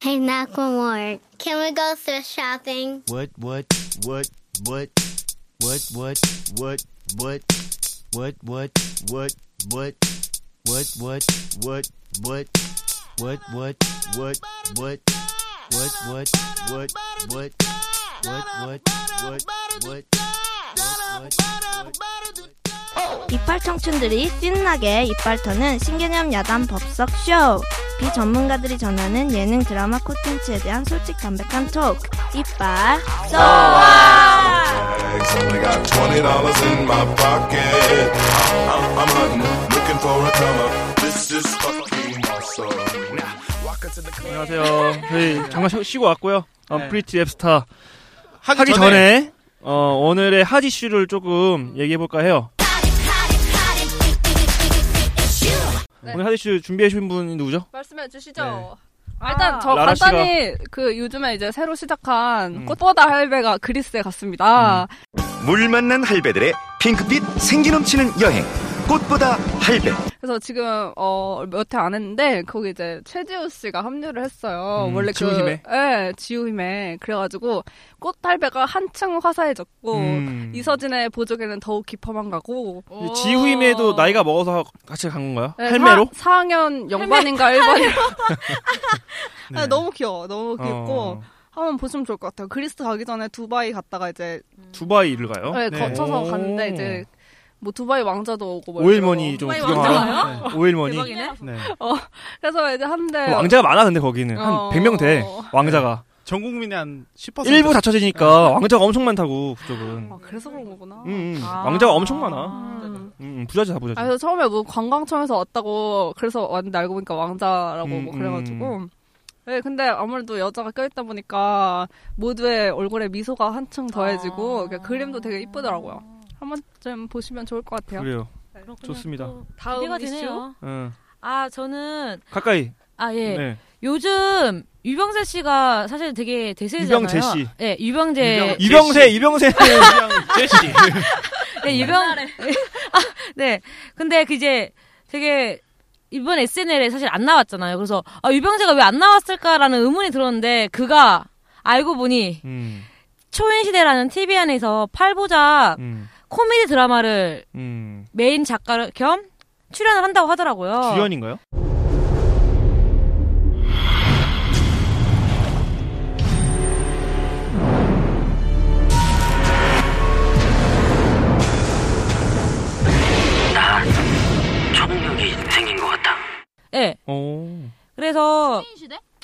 Hey, Nakamore, can we go thrift shopping? What, what, what, what, what, what, what, what, what, what, what, what, what, what, what, what, what, what, what, what, what, what, what, what, what, what, what, what, 이빨 청춘들이 신나게 이빨 터는 신개념 야단 법석 쇼. 비전문가들이 전하는 예능 드라마 콘텐츠에 대한 솔직 담백한 토크. 이빨 쏘아! bags. Only got twenty dollars in my pocket. I'm, I'm hunting, looking for a come up. This is fucking awesome. Now, walk into the club. 안녕하세요. 저희 잠깐 쉬- 쉬고 왔고요. 어, 네. 프리티 앱스타 하기, 전에, 어, 오늘의 핫 이슈를 조금 얘기해 볼까 해요. 오늘 핫 이슈 준비해 주신 분이 누구죠? 말씀해 주시죠. 네. 아, 일단 저 라라 씨가- 간단히 그 요즘에 이제 새로 시작한 음. 꽃보다 할배가 그리스에 갔습니다. 물 만난 할배들의 핑크빛 생기 넘치는 여행 꽃보다 할배 그래서 지금 어몇회안 했는데 거기 이제 최지우 씨가 합류를 했어요. 음, 원래 그 지우힘에? 예, 지우힘에 그래가지고 꽃 할배가 한층 화사해졌고 음. 이서진의 보조개는 더욱 깊어만 가고 지후임에도 나이가 먹어서 같이 간 건가요? 예, 할매로? 사, 4학년 영반인가 일반인가 아, 너무 귀여워 너무 귀엽고 네. 어, 한번 보시면 좋을 것 같아요. 그리스 가기 전에 두바이 갔다가 이제 두바이를 가요? 네, 거쳐서 오. 갔는데 이제 뭐 두바이 왕자도 오고 뭐 오일머니 좀 이러고. 구경하러 오일머니 대박이네. 네. 어, 그래서 이제 한데 뭐 왕자가 많아 근데 거기는 한 어. 100명 돼 왕자가 전 국민의 한 어. 10%. 일부 다 쳐지니까 왕자가 엄청 많다고 그쪽은 아, 그래서 그런 거구나. 음, 음. 왕자가 엄청 많아 음. 음, 음, 부자지 다 아, 부자지 그래서 처음에 뭐 관광청에서 왔다고 그래서 왔는데 알고 보니까 왕자라고 음, 뭐 그래가지고. 네, 근데 아무래도 여자가 껴있다 보니까 모두의 얼굴에 미소가 한층 더해지고 그림도 되게 이쁘더라고요. 한 번쯤 보시면 좋을 것 같아요. 그래요 그렇군요. 좋습니다. 또 다음 기대가 이슈? 되네요. 응. 아 저는 가까이 아 예. 네. 요즘 유병재 씨가 사실 되게 대세잖아요. 유병재 씨. 예, 유병재. 이병세 이병세 제시. 네, 유병. 아, 네. 근데 그 이제 되게 이번 SNL에 사실 안 나왔잖아요. 그래서 아, 유병재가 왜 안 나왔을까라는 의문이 들었는데 그가 알고 보니 음, 초인시대라는 TV 안에서 팔보작 음, 코미디 드라마를 음. 메인 작가 겸 출연을 한다고 하더라고요. 주연인가요? 청력이 생긴 것 같아. 네. 오. 그래서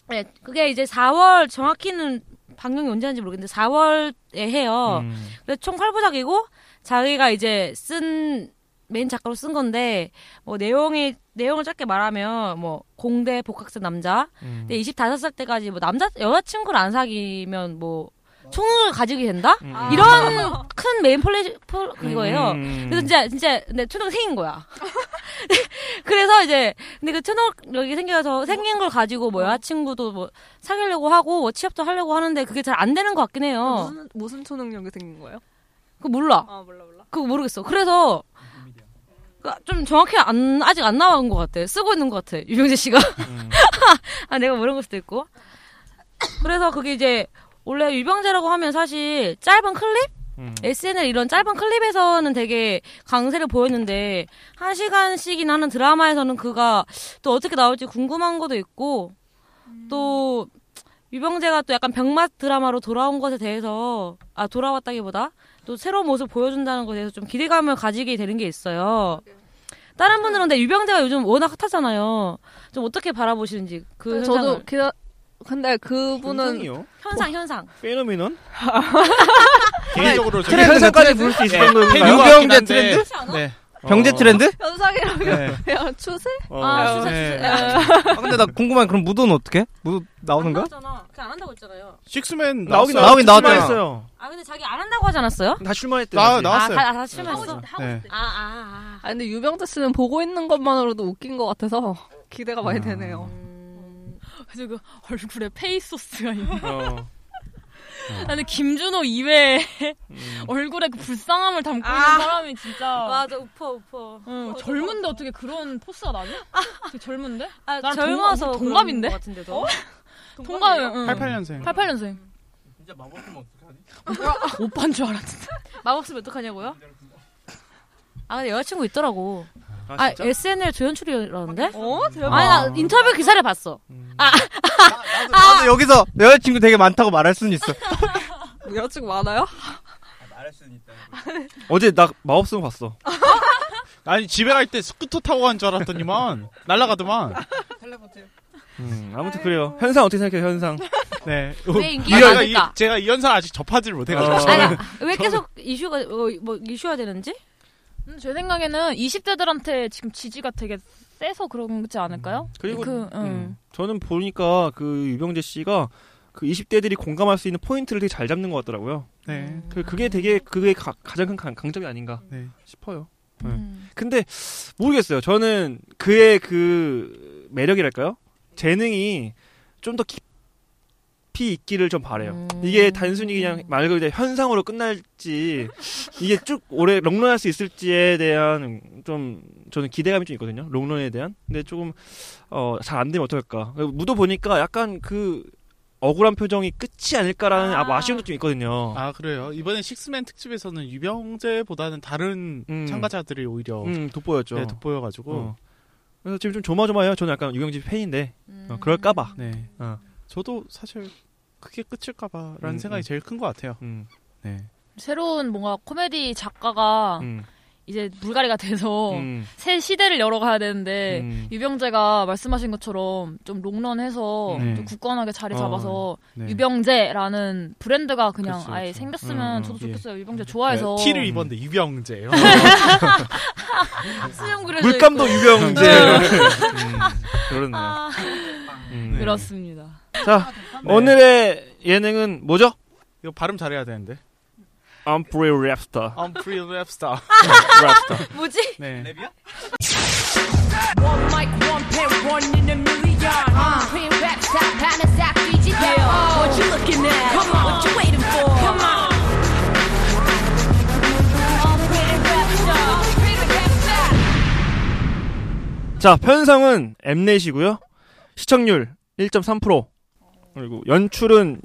네, 그게 이제 4월 정확히는 방영이 언제 하는지 모르겠는데 4월에 해요. 음. 그래서 총 8부작이고 자기가 이제 쓴 메인 작가로 쓴 건데 뭐 내용이 내용을 짧게 말하면 뭐 공대 복학생 남자 음. 근데 25살 때까지 뭐 남자 여자친구를 안 사귀면 뭐 총을 가지게 된다 음. 아. 이런 큰 메인 플레이 플- 그거예요. 음. 그래서 진짜 진짜 내 초등 생긴 거야. 그래서 이제 근데 그 초등력이 생겨서 생긴 걸 가지고 어. 뭐 여자친구도 뭐 사귀려고 하고 뭐 취업도 하려고 하는데 그게 잘 안 되는 것 같긴 해요. 무슨, 무슨 초능력이 생긴 거예요? 그 어. 몰라. 아, 몰라, 몰라. 그거 모르겠어. 그래서 그좀 정확히 안 아직 안 나온 것 같아. 쓰고 있는 것 같아. 유병재 씨가. 아 내가 모르는 걸 수도 있고. 그래서 그게 이제 원래 유병재라고 하면 사실 짧은 클립, 음. SNL 이런 짧은 클립에서는 되게 강세를 보였는데 한 시간씩이나 하는 드라마에서는 그가 또 어떻게 나올지 궁금한 것도 있고 또 유병재가 또 약간 병맛 드라마로 돌아온 것에 대해서 아 돌아왔다기보다 또 새로운 모습 보여준다는 것에 대해서 좀 기대감을 가지게 되는 게 있어요. 다른 분들은 근데 유병재가 요즘 워낙 핫하잖아요. 좀 어떻게 바라보시는지 그 현상을. 저도 기다 근데 그분은 현상이요? 현상 현상. 페노미넌? 개인적으로 그렇죠. 트렌드 예. 현상까지 부를 수 있을 정도인가요? 유병재 트렌드? 네. 경제 트렌드? 현상이라고 네. 그냥 추세? 어. 아 추세. 추세 네. 추세. 아, 아, 근데 나 궁금한 그럼 무도는 어떻게? 무도 나오는 거야? 나왔잖아. 그안 한다고 했잖아요. 식스맨 나오긴 나왔어요. 나오긴 나왔잖아. 출마했어요. 아 근데 자기 안 한다고 하지 않았어요? 다 출마했대. 나- 아 나왔어요. 다, 다 실망했어. 네. 아, 아, 아. 아 근데 유병재 씨는 보고 있는 것만으로도 웃긴 것 같아서 기대가 많이 되네요. 그래서 그 얼굴에 페이소스가 있는. 어. 나는 김준호 이외에 음. 얼굴에 그 불쌍함을 담고 아. 있는 사람이 진짜. 맞아 우퍼 우퍼. 응, 어, 젊은데 어떻게 그런 포스가 나지? 되게 젊은데? 아 나랑 젊어서 동- 그런 동갑인데? 어? 것 같은데도. 동갑이에요? 동갑이에요? 88년생. 88년생. 진짜 마법품 어떡하니? 오빠인 줄 알았는데. 마법 쓰면 어떡하냐고요? 아 근데 여자친구 있더라고. 아, 아, 진짜? SNL 조연 출연이라는데? 어 대박. 아니 나 인터뷰 그 기사를 봤어. 아, 아, 나도 여기서 여자친구 되게 많다고 말할 수는 있어. 여자친구 많아요? 어제 나 마법성 봤어. 아니 집에 갈 때 스쿠터 타고 간 줄 알았더니만 날라가더만. 음, 아무튼 그래요. 현상 어떻게 생각해요, 현상? 네. 왜 인기가 이- 많을까? 이- 제가 이 연설 아직 접하지를 어. 못해가지고. 아니, 왜 계속 이슈가 어, 뭐 이슈가 되는지? 음, 제 생각에는 20대들한테 지금 지지가 되게 세서 그런 거지 않을까요? 그리고 그, 음. 음, 저는 보니까 그 유병재 씨가 그 20대들이 공감할 수 있는 포인트를 되게 잘 잡는 것 같더라고요. 네. 그 그게 되게 그게 가, 가장 큰 강, 강점이 아닌가 싶어요. 네. 음. 근데 모르겠어요. 저는 그의 그 매력이랄까요? 재능이 좀 더 깊이 있기를 좀 바래요. 이게 단순히 그냥 말 그대로 현상으로 끝날지 이게 쭉 오래 롱런할 수 있을지에 대한 좀 저는 기대감이 좀 있거든요. 롱런에 대한. 근데 조금 어, 잘 안 되면 어떨까? 무도 보니까 약간 그 억울한 표정이 끝이 아닐까라는 아. 아쉬움도 좀 있거든요. 아 그래요. 이번에 식스맨 특집에서는 유병재보다는 다른 음. 참가자들이 오히려 음, 돋보였죠. 네, 돋보여가지고 어. 그래서 지금 좀 조마조마해요. 저는 약간 유경진 팬인데 어, 음. 음. 그럴까봐. 네. 어. 저도 사실 그게 끝일까봐라는 음, 생각이 음. 제일 큰 것 같아요. 네. 새로운 뭔가 코미디 아, 작가가 음. 이제 물갈이가 어. 돼서 음. 새 시대를 열어가야 네. 되는데 음. 유병재가 말씀하신 것처럼 좀 롱런해서 네. 좀 굳건하게 자리 어, 잡아서 네. 유병재라는 브랜드가 그냥 그렇죠, 아예 그렇죠. 생겼으면 음, 저도 예. 좋겠어요. 유병재 좋아해서 네, 티를 입었는데 유병재요. 수염 그려져 물감도 있고. 유병재. 네. 음, 그렇네요. 아, 음. 네. 그렇습니다. 자 네. 오늘의 예능은 뭐죠? 이거 발음 잘해야 되는데. I'm free rap star. I'm free rap star. rap star. 뭐지? 네. One mic, one pen, one in a million. Uh. Cream rap, top, pound, and top, Fiji. Yeah. 어. Oh. What you looking at? Come on. What you waiting for? Come on. 자 편성은 엠넷이고요. 시청률 1.3% 그리고 연출은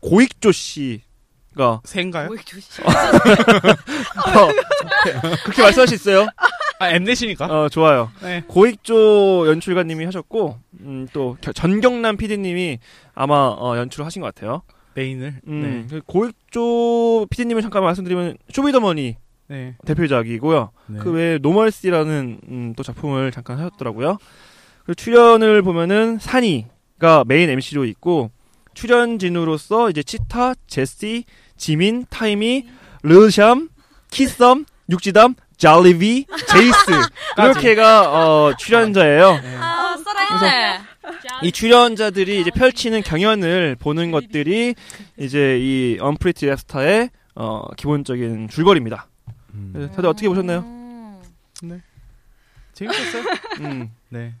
고익조 씨가 새인가요? 고익조 씨. 어, 그렇게 말씀할 수 있어요. 아 엠넷이니까. 어 좋아요. 네. 고익조 연출가님이 하셨고 음, 또 겨- 전경남 PD님이 아마 어, 연출을 하신 것 같아요. 메인을. 네. 음, 그 고익조 PD님을 잠깐 말씀드리면 쇼미더머니 네. 대표작이고요. 네. 그 외에 노멀씨라는 음, 또 작품을 잠깐 하셨더라고요. 그리고 출연을 보면은 산이가 메인 MC로 있고 출연진으로서 이제 치타, 제시, 지민, 타이미, 르샴, 키썸, 육지담, 잘리비, 제이스 이렇게가 어, 출연자예요. 아, 써라했네. 이 출연자들이 이제 펼치는 경연을 보는 것들이 이제 이 언프리티 랩스타의 어, 기본적인 줄거리입니다. 음. 그래서 다들 어떻게 보셨나요? 음. 재밌었어요? 음. 네.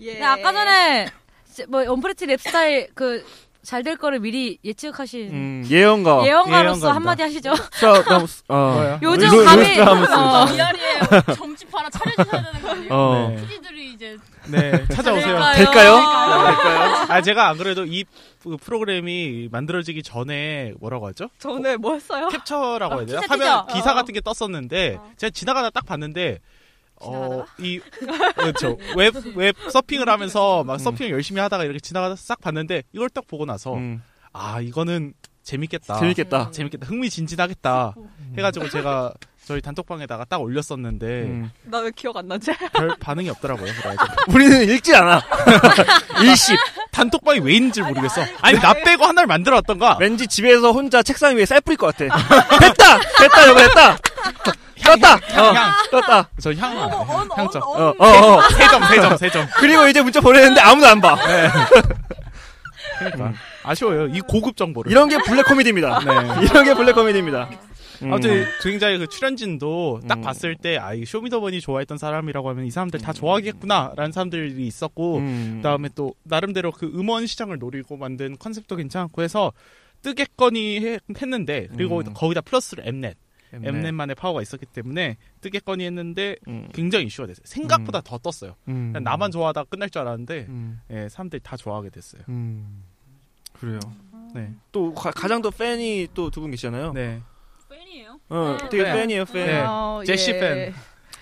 예. 근데 아까 전에 시- 뭐 언프레티 랩스타일 그 잘 될 거를 미리 예측하신 어, 음, 예언가. 예언가로서 한마디 하시죠. 스타라무스. 어. 뭐야? 루- 요즘 루- 감이- 루스트라무스. 어. 미아리에 점집 하나 차려주셔야 되는 거 아니에요? 어. 네. 피디들이 이제 네, 찾아오세요. 될까요? 될까요? 될까요? 아, 제가 안 그래도 이 프- 프로그램이 만들어지기 전에 뭐라고 하죠? 전에 뭐 했어요? 음. 캡처라고 해야 되나? 기사, 화면 기사. 어. 기사 같은 게 떴었는데 제가 지나가다 딱 봤는데 어, 이 그렇죠. 웹 웹 서핑을 하면서 막 서핑을 열심히 하다가 이렇게 지나가다 싹 봤는데 이걸 딱 보고 나서 음. 아, 이거는 재밌겠다. 아, 재밌겠다. 재밌겠다. 흥미진진하겠다. 해 가지고 제가 저희 단톡방에다가 딱 올렸었는데 나 왜 기억 안 나지? 별 반응이 없더라고요. 그래가지고. 음. 우리는 읽지 않아. 일십. 단톡방이 왜인지 모르겠어. 아니 나 빼고 하나를 만들어왔던가. 왠지 집에서 혼자 책상 위에 쌀 뿌릴 것 같아. 됐다, 됐다, 여보 됐다. 떴다, 향, 향. 떴다. 저향 향점. 어, 어, 어. 세점, 세점, 세점. 그리고 이제 문자 보내는데 아무도 안 봐. 그러니까 아쉬워요. 이 고급 정보를. 이런 게 블랙 코미디입니다. 네. 이런 게 블랙 코미디입니다. 음. 아무튼 굉장히 그 출연진도 딱 봤을 때 아, 이 쇼미더머니 좋아했던 사람이라고 하면 이 사람들 다 좋아하겠구나라는 사람들이 있었고 그다음에 또 나름대로 그 음원 시장을 노리고 만든 컨셉도 괜찮고 해서 뜨겠거니 해- 했는데 그리고 음. 거기다 플러스로 엠넷 엠넷. 엠넷만의 파워가 있었기 때문에 뜨겠거니 했는데 굉장히 이슈가 됐어요. 생각보다 더 떴어요. 음. 그냥 나만 좋아하다 끝날 줄 알았는데 음. 예, 사람들이 다 좋아하게 됐어요. 음. 그래요. 네. 또 가, 장또 팬이 또 두 분 계시잖아요. 네. 팬이에요? 어, 되게 네. 팬이에요, 팬. 네. 어, 아, 제시 예. 팬.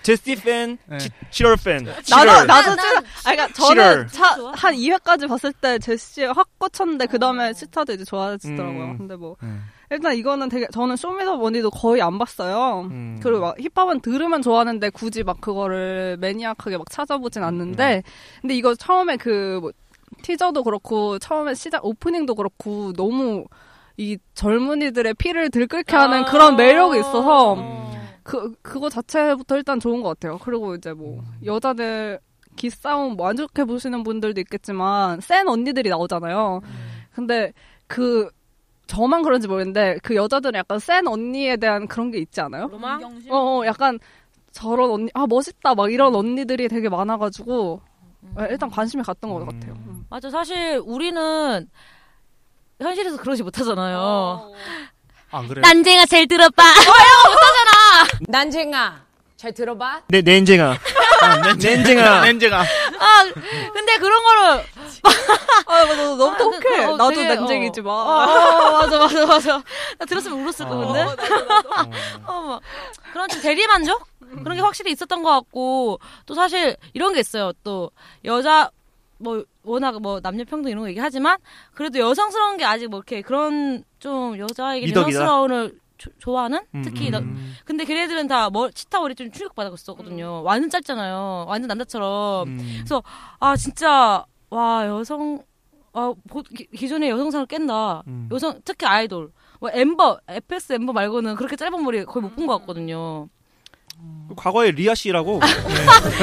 제시 팬, 네. 지- 지럴 팬. 나도 지럴. 나도 찌- 아니 그러니까 싫어요. 저는 차, 한 2회까지 봤을 때 제시 확 꽂혔는데 그 다음에 스타도 이제 좋아지더라고요. 음. 근데 뭐 네. 일단 이거는 되게 저는 쇼미더머니도 거의 안 봤어요. 음. 음. 그리고 막 힙합은 들으면 좋아하는데 굳이 막 그거를 매니악하게 막 찾아보진 않는데 근데 이거 처음에 그뭐 티저도 그렇고 처음에 시작 오프닝도 그렇고 너무 이 젊은이들의 피를 들끓게 하는 아. 그런 매력이 있어서 음. 그 그거 자체부터 일단 좋은 것 같아요. 그리고 이제 뭐 여자들 기싸움 뭐안 좋게 보시는 분들도 있겠지만 센 언니들이 나오잖아요. 근데 그 저만 그런지 모르겠는데 그 여자들은 약간 센 언니에 대한 그런 게 있지 않아요? 로망? 어, 어 약간 저런 언니 아 멋있다 막 이런 언니들이 되게 많아가지고 예, 일단 관심이 갔던 것 같아요. 맞아 사실 우리는 현실에서 그러지 못하잖아요. 어. 안 그래요? 난쟁아 제일 들어봐. 난쟁아 잘 들어봐. 네, 낸쟁아. 네, 낸쟁아. 낸쟁아. 아 근데 그런 거를 아 너, 너무 그- 똑해. 어, 나도 되게, 난쟁이지 마. 어, 어, 맞아 맞아 맞아. 나 들었으면 울었을 거 근데. 어, 뭐. 그런 좀 대리만족 그런 게 확실히 있었던 것 같고 또 사실 이런 게 있어요. 또 여자 뭐 워낙 뭐 남녀 평등 이런 거 얘기하지만 그래도 여성스러운 게 아직 뭐 이렇게 그런 좀 여자에게 미덕이다. 여성스러운을 조- 좋아하는 음, 특히 음, 나- 음. 근데 걔네들은 다 뭐, 치타오리 좀 충격받았었거든요. 완전 짧잖아요. 완전 남자처럼. 음. 그래서, 아, 진짜, 와, 여성, 아, 보- 기- 기존의 여성상을 깬다. 음. 여성, 특히 아이돌. 뭐, 엠버, FS 엠버 말고는 그렇게 짧은 머리 거의 못 본 것 같거든요. 과거에 리아 씨라고.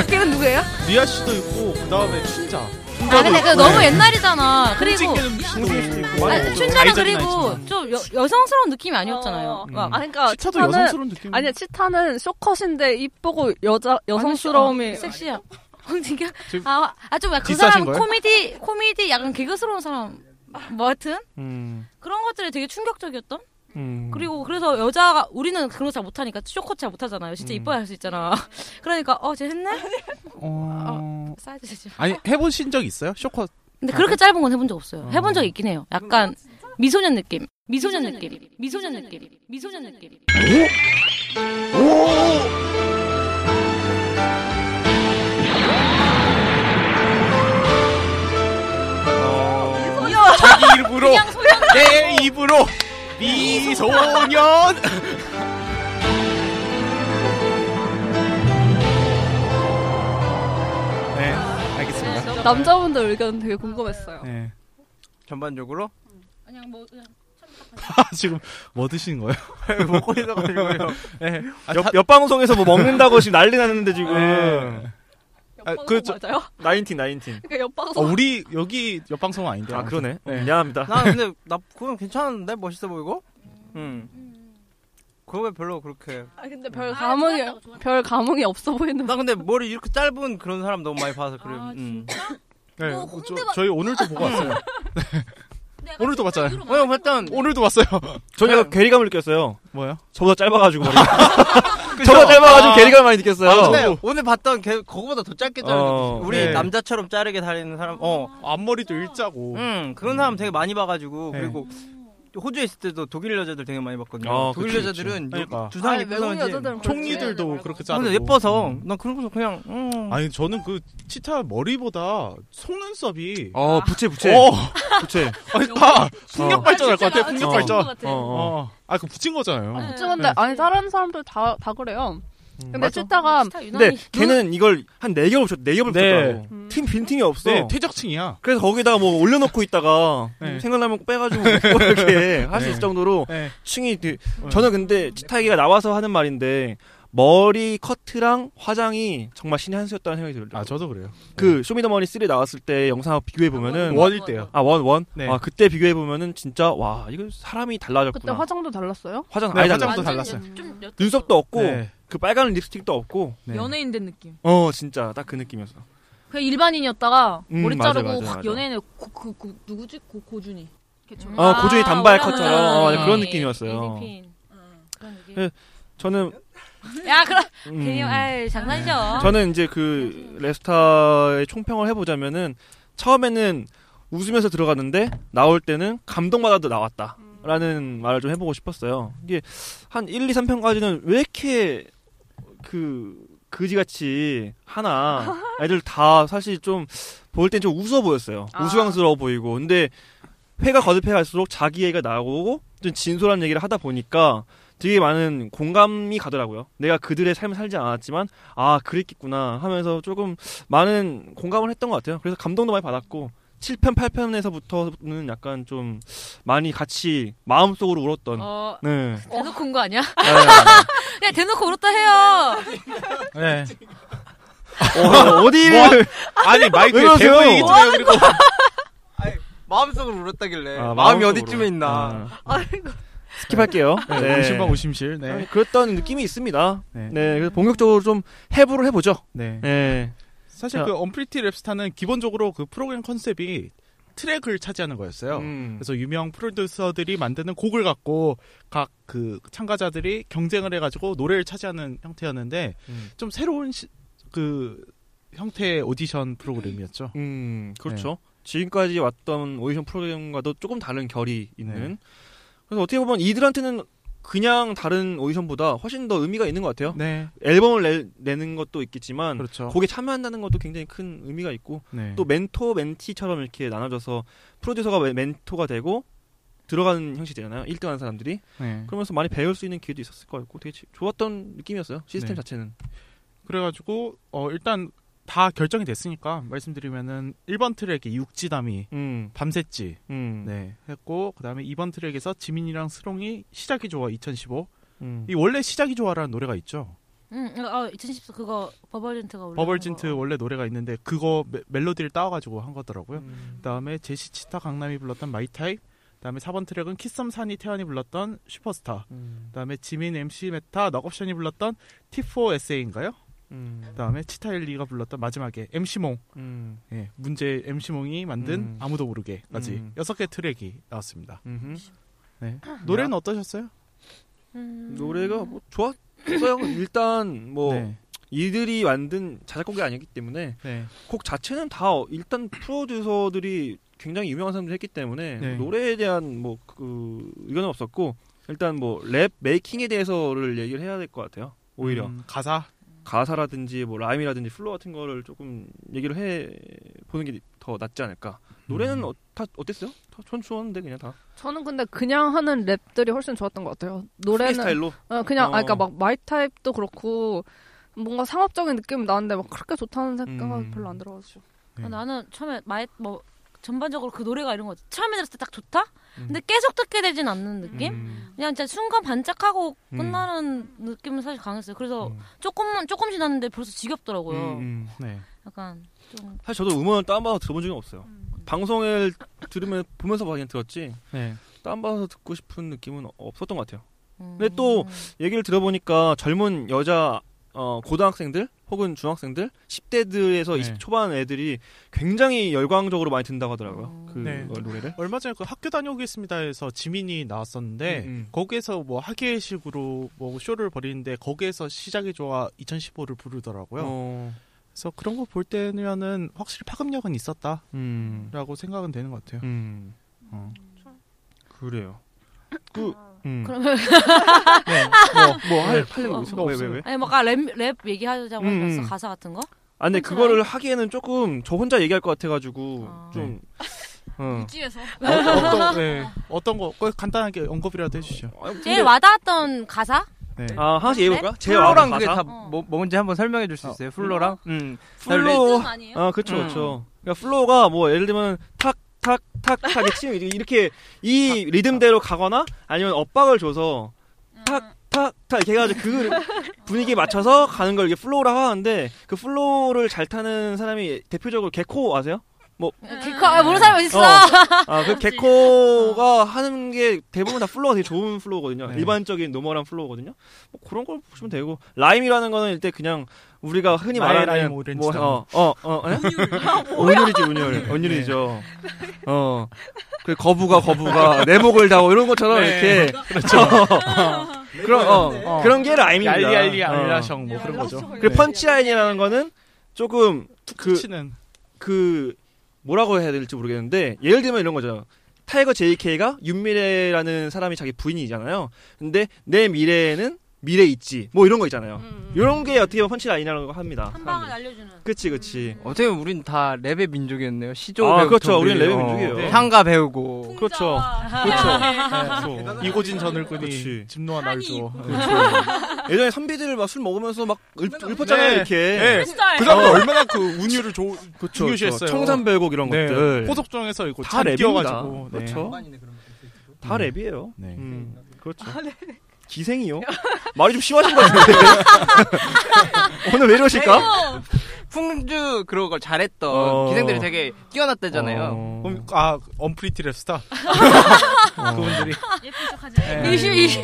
걔는 누구예요? 리아 씨도 있고 그 다음에 춘자. 아, 근데 그 너무 옛날이잖아. 그리고, 많이 아, 춘자는 그리고 좀 여, 여성스러운 느낌이 아니었잖아요. 음. 막, 아, 그러니까 치타도 치타는- 여성스러운 아니야 치타는 쇼컷인데 이쁘고 여자 여성스러움이 섹시야. 황진경? 아, 아, 좀 약간 그 디스하신 사람 거예요? 코미디, 코미디 약간 개그스러운 사람. 뭐 하여튼. 음. 그런 것들이 되게 충격적이었던? 음. 그리고 그래서 여자가, 우리는 그런 거 잘 못하니까, 쇼컷 잘 못하잖아요. 진짜 이뻐야 할 수 있잖아. 그러니까, 어, 쟤 했네? 어, 사이즈 되죠. 아니 해보신 적 있어요? 쇼컷. 근데 그렇게 짧은 건 해본 적 없어요. 해본 적 있긴 해요. 약간, 미소년 느낌. 미소년 느낌. 미소년 느낌. 미소년 느낌. 자기 입으로 내 입으로 미소년. 네, 알겠습니다. 남자분들 의견 되게 궁금했어요. 네. 전반적으로 그냥 뭐, 그냥. 지금 뭐 드시는 거예요? 먹고 있어가지고요. 네. 아, 옆, 다- 옆 방송에서 뭐 먹는다고 지금 난리 났는데 지금. 네. 아, 방송 맞아요? 나인틴 나인틴. 그러니까 어, 옆방송 우리 여기 옆 방송 아닌데. 아 그러네. 미안합니다. 나 근데 나 그건 괜찮은데 멋있어 보이고. 음. 그거 별로 그렇게. 아 근데 별 감흥이 별 감흥이 없어 보이는. 나 근데 머리 이렇게 짧은 그런 사람 너무 많이 봐서 그래. 음. 네, 저, 저희 오늘도 보고 왔어요. 오늘도 봤잖아요. 어, 봤던 오늘도 봤어요. 저 약간 네. 괴리감을 느꼈어요. 뭐요? 저보다 짧아가지고. 저보다 짧아가지고 괴리감을 많이 느꼈어요. 근데 오늘 봤던 걔 그거보다 더 짧게 자르는 어, 우리 네. 남자처럼 자르게 다니는 사람. 어. 앞머리도 일자고. 음, 그런 사람 되게 많이 봐가지고 그리고 호주에 있을 때도 독일 여자들 되게 많이 봤거든요. 아, 독일 그쵸, 그쵸. 여자들은 그러니까. 두상 아니, 예뻐서 외국 그런지 여자들은 그렇지. 네, 총리들도 그렇게 자르고. 근데 예뻐서 난 그런 거 그냥 음. 아니 저는 그 치타 머리보다 속눈썹이 어 아. 부채 부채. 어. 부채. 아니 다 풍력 어. 발전할 것 같아. 아, 풍력 진짜 발전. 어, 어, 네. 어. 어. 아, 그 붙인 거잖아요. 근데 네. 아니 다른 사람들 다 다 그래요. 근데 맞아. 음, 치타가 근데 걔는 이걸 한 네 겹을 붙였 네 겹을 네. 붙였다고. 음. 틈 빈틈이 없어. 네, 퇴적층이야. 그래서 거기다가 뭐 올려놓고 있다가 네. 생각나면 빼가지고 먹고 이렇게 할 수 네. 있을 정도로 네. 층이 되- 저는 근데 치타이가 나와서 하는 말인데 머리 커트랑 화장이 정말 신의 한 수였다는 생각이 들어요. 아 저도 그래요. 그 쇼미더머니 3 나왔을 때 영상 비교해 보면은 원일 뭐 때요. 아원 원. 네. 아 그때 비교해 보면은 진짜 와 이거 사람이 그때 달라졌구나. 화장도 달랐어요? 화장 네, 아예 화장도 달랐어요. 달랐어요. 눈썹도 없고 네. 그 빨간 립스틱도 없고. 연예인 된 느낌. 어 진짜 딱 그 느낌이었어. 그냥 일반인이었다가 음, 머리 맞아, 자르고 맞아, 확 맞아. 연예인 고, 그, 그, 누구지? 고, 고준이. 개처럼. 어 고준이 단발 컷처럼 어, 오랜만에. 그런 느낌이었어요. 음, 예, 저는 야, 그럼, 음. 그냥, 아이, 장난이죠. 저는 이제 그 레스타의 총평을 해보자면은 처음에는 웃으면서 들어갔는데 나올 때는 감동받아도 나왔다. 라는 말을 좀 해보고 싶었어요. 이게 한 1, 2, 3편까지는 왜 이렇게 그 그지같이 하나 애들 다 사실 좀 볼 땐 좀 우스워 보였어요. 우스꽝스러워 보이고. 근데 회가 거듭해 갈수록 자기 얘기가 나오고 좀 진솔한 얘기를 하다 보니까 되게 많은 공감이 가더라고요. 내가 그들의 삶을 살지 않았지만 아 그랬겠구나 하면서 조금 많은 공감을 했던 것 같아요. 그래서 감동도 많이 받았고 7편 8편에서부터는 약간 좀 많이 같이 마음속으로 울었던 어. 네. 대놓고 온거 아니야? 네. 야 대놓고 울었다 해요. 네. 뭐 어, 어디를 아니 마이크 왜 그러세요? 대본 얘기 좀 해요. 그리고 마음속으로 울었다길래 아, 마음이 마음속으로. 아. 어디쯤에 있나. 스킵할게요. 네, 오심과 오심실. 네. 아니, 그랬던 느낌이 있습니다. 네. 그래서 본격적으로 좀 해부를 해보죠. 네. 네. 사실 자, 그 언프리티 랩스타는 기본적으로 그 프로그램 컨셉이 트랙을 차지하는 거였어요. 음. 그래서 유명 프로듀서들이 만드는 곡을 갖고 각 그 참가자들이 경쟁을 해가지고 노래를 차지하는 형태였는데 음. 좀 새로운 시- 그 형태의 오디션 프로그램이었죠. 음, 네. 그렇죠. 지금까지 왔던 오디션 프로그램과도 조금 다른 결이 있는. 네. 그래서 어떻게 보면 이들한테는 그냥 다른 오디션보다 훨씬 더 의미가 있는 것 같아요. 네. 앨범을 내, 는 것도 있겠지만 그렇죠. 곡에 참여한다는 것도 굉장히 큰 의미가 있고 네. 또 멘토 멘티처럼 이렇게 나눠져서 프로듀서가 멘- 멘토가 되고 들어가는 형식이잖아요. 1등하는 사람들이 네. 그러면서 많이 배울 수 있는 기회도 있었을 거 같고 되게 지- 좋았던 느낌이었어요. 시스템 네. 자체는 그래가지고 어, 일단 다 결정이 됐으니까 말씀드리면은 1번 트랙에 육지담이 음, 밤새지 네 했고 그다음에 2번 트랙에서 지민이랑 스롱이 시작이 좋아 2015 음. 이 원래 시작이 좋아라는 노래가 있죠 응, 어, 2014 그거 버벌진트가 올라. 버벌진트 원래 뭐- 노래가 있는데 그거 메- 멜로디를 따와가지고 한 거더라고요 그다음에 제시치타 강남이 불렀던 마이타입 그다음에 4번 트랙은 키썸 산이 태연이 불렀던 슈퍼스타 그다음에 지민 MC 메타 넉옵션이 불렀던 T4SA인가요? 음. 그다음에 치타일리가 불렀던 마지막에 MC몽 음. 예, 문제 MC몽이 만든 음. 아무도 모르게까지 음. 여섯 개 트랙이 나왔습니다. 네. 야. 노래는 어떠셨어요? 노래가 뭐 좋았어요. 일단 뭐 네. 이들이 만든 자작곡이 아니기 때문에 네. 곡 자체는 다 어- 일단 프로듀서들이 굉장히 유명한 사람들이 했기 때문에 네. 뭐 노래에 대한 뭐 그 의견은 없었고 일단 뭐 랩 메이킹에 대해서를 얘기를 해야 될 것 같아요. 오히려 음, 가사 가사라든지 뭐 라임이라든지 플로 같은 거를 조금 얘기를 해 보는 게 더 낫지 않을까. 노래는 어, 다 어땠어요? 다전 좋았는데 그냥 다. 저는 근데 그냥 하는 랩들이 훨씬 좋았던 것 같아요. 노래는 프리스타일로? 어, 그냥 아 그러니까 어. 막 마이 타입도 그렇고 뭔가 상업적인 느낌이 나는데 막 그렇게 좋다는 생각은 음. 별로 안 들어가지고. 네. 어, 나는 처음에 마이 뭐 전반적으로 그 노래가 이런 거 처음에 들었을 때 딱 좋다. 음. 근데 계속 듣게 되진 않는 느낌. 음. 그냥 진짜 순간 반짝하고 음. 끝나는 느낌은 사실 강했어요. 그래서 조금만 조금 지났는데 벌써 지겹더라고요. 음, 음. 네. 약간 좀 사실 저도 음원을 다운받아서 들어본 적이 없어요. 방송을 들으면 보면서 막 그냥 들었지. 네. 다운받아서 듣고 싶은 느낌은 없었던 것 같아요. 음. 근데 또 얘기를 들어보니까 젊은 여자 어, 고등학생들 혹은 중학생들 10대들에서 20 초반 애들이 굉장히 열광적으로 많이 듣는다고 하더라고요. 그 네. 어, 노래를. 얼마 전에 그 학교 다녀오겠습니다에서 지민이 나왔었는데 거기에서 뭐 학예식으로 뭐 쇼를 벌이는데 거기에서 시작이 좋아 2015를 부르더라고요. 어. 그래서 그런 거 볼 때면은 확실히 파급력은 있었다라고 음. 생각은 되는 것 같아요. 음. 어. 그래요. 그 음. 그러면 네. 뭐뭐할 네. 팔려고 있어? 뭐 왜 왜 없어요. 왜? 아니 아, 뭐 아까 랩, 랩 얘기하자고 음, 하셨어 음. 가사 같은 거? 아, 근데 혼자 그거를 하기에는 조금 저 혼자 얘기할 것 같아가지고 좀 어. 유지해서. 어, 어떤, 네. 어떤 거 꼭 간단하게 언급이라도 해주시죠. 네. 제일 와닿았던 가사? 어. 아 하나씩 얘기해볼까? 제 플로랑 네. 그게 다 뭐, 뭔지 한번 설명해 줄 수 있어요? 플로랑? 음. 플로 어, 아 그렇죠 음. 그렇죠. 그러니까 플로우가 뭐 예를 들면 탁 탁 탁탁의 침 이렇게 이 아, 리듬대로 가거나 아니면 엇박을 줘서 음. 탁탁탁 이렇게 해가지고 그 분위기에 맞춰서 가는 걸 이게 플로우라고 하는데 그 플로우를 잘 타는 사람이 대표적으로 개코 아세요? 뭐 개코, 아, 모르는 사람이 어딨어? 어. 아, 그 개코가 아. 하는 게 대부분 다 플로우가 되게 좋은 플로우거든요. 네. 일반적인 노멀한 플로우거든요. 뭐 그런 걸 보시면 되고 라임이라는 거는 일단 그냥 우리가 흔히 나의 말하는 라임 뭐, 오렌지다. 어, 어, 어, 예? 아, 온율이지 네. 온율, 온율이죠. 어, 그 거부가 거부가 내 목을 다오 이런 것처럼 네. 이렇게 그렇죠. 어. 그런 어, 어. 그런 게 라임입니다. 알리, 알리, 어. 알라성 뭐 그런 거죠. 그 그리고 펀치라인이라는 거는 조금 그 치는. 그 뭐라고 해야 될지 모르겠는데 예를 들면 이런 거죠. 타이거 JK가 윤미래라는 사람이 자기 부인이잖아요. 근데 내 미래에는 미래 있지. 뭐 이런 거 있잖아요. 이런 게 어떻게 보면 펀치 라인이라고 합니다. 한 방을 날려주는. 그치 그치. 어떻게 보면 우린 다 랩의 민족이었네요. 시조 아, 배우 그렇죠. 우린 랩의 민족이에요. 네. 향가 배우고. 그렇죠. 네. 그렇죠. 네. 네. 이고진 전을꾼이 집노아 날 줘. 네. 예전에 선비들 막 술 먹으면서 막 읊, 읊었잖아요 네. 이렇게. 그렇죠, 네. 그 다음에 얼마나 그 운율을 조, 그쵸, 중요시했어요. 그쵸. 청산별곡 이런 네. 것들. 호석정에서 이거 다 잘 랩입니다. 끼워가지고. 네. 그렇죠. 다 랩이에요. 음, 그렇죠. 아, 네. 기생이요. 말이 좀 심하신 것 같은데. 오늘 왜 이러실까? 풍주 그런 걸 잘했던 어. 기생들이 되게 뛰어났대잖아요. 그럼 아 언프리티 랩스타 그분들이 예쁜 척하지. 네. 이슈 이슈.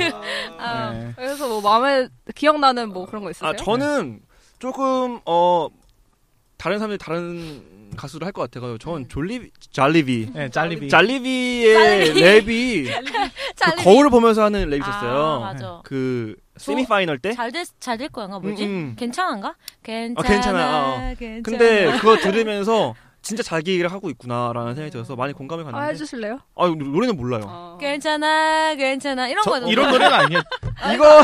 아, 네. 그래서 뭐 마음에 기억나는 뭐 그런 거 있으세요? 아 저는 조금 어 다른 사람들이 다른 가수를 할 것 같아요. 전 졸리 잘리비. 네, 잘리비. 잘리비의 잘리비. 랩이 잘리비. 그 거울 보면서 하는 랩이 있었어요. 아, 맞아. 그 세미 파이널 때. 잘될잘될 거야가 뭐지? 음, 음. 괜찮은가? 괜찮아. 아 괜찮아. 어. 괜찮아. 근데 그거 들으면서 진짜 자기 얘기를 하고 있구나라는 생각이 들어서 많이 공감이 아, 갔는데. 해주실래요? 아 노래는 몰라요. 어. 괜찮아, 괜찮아. 이런 거 이런 노래는 아니에요. 이거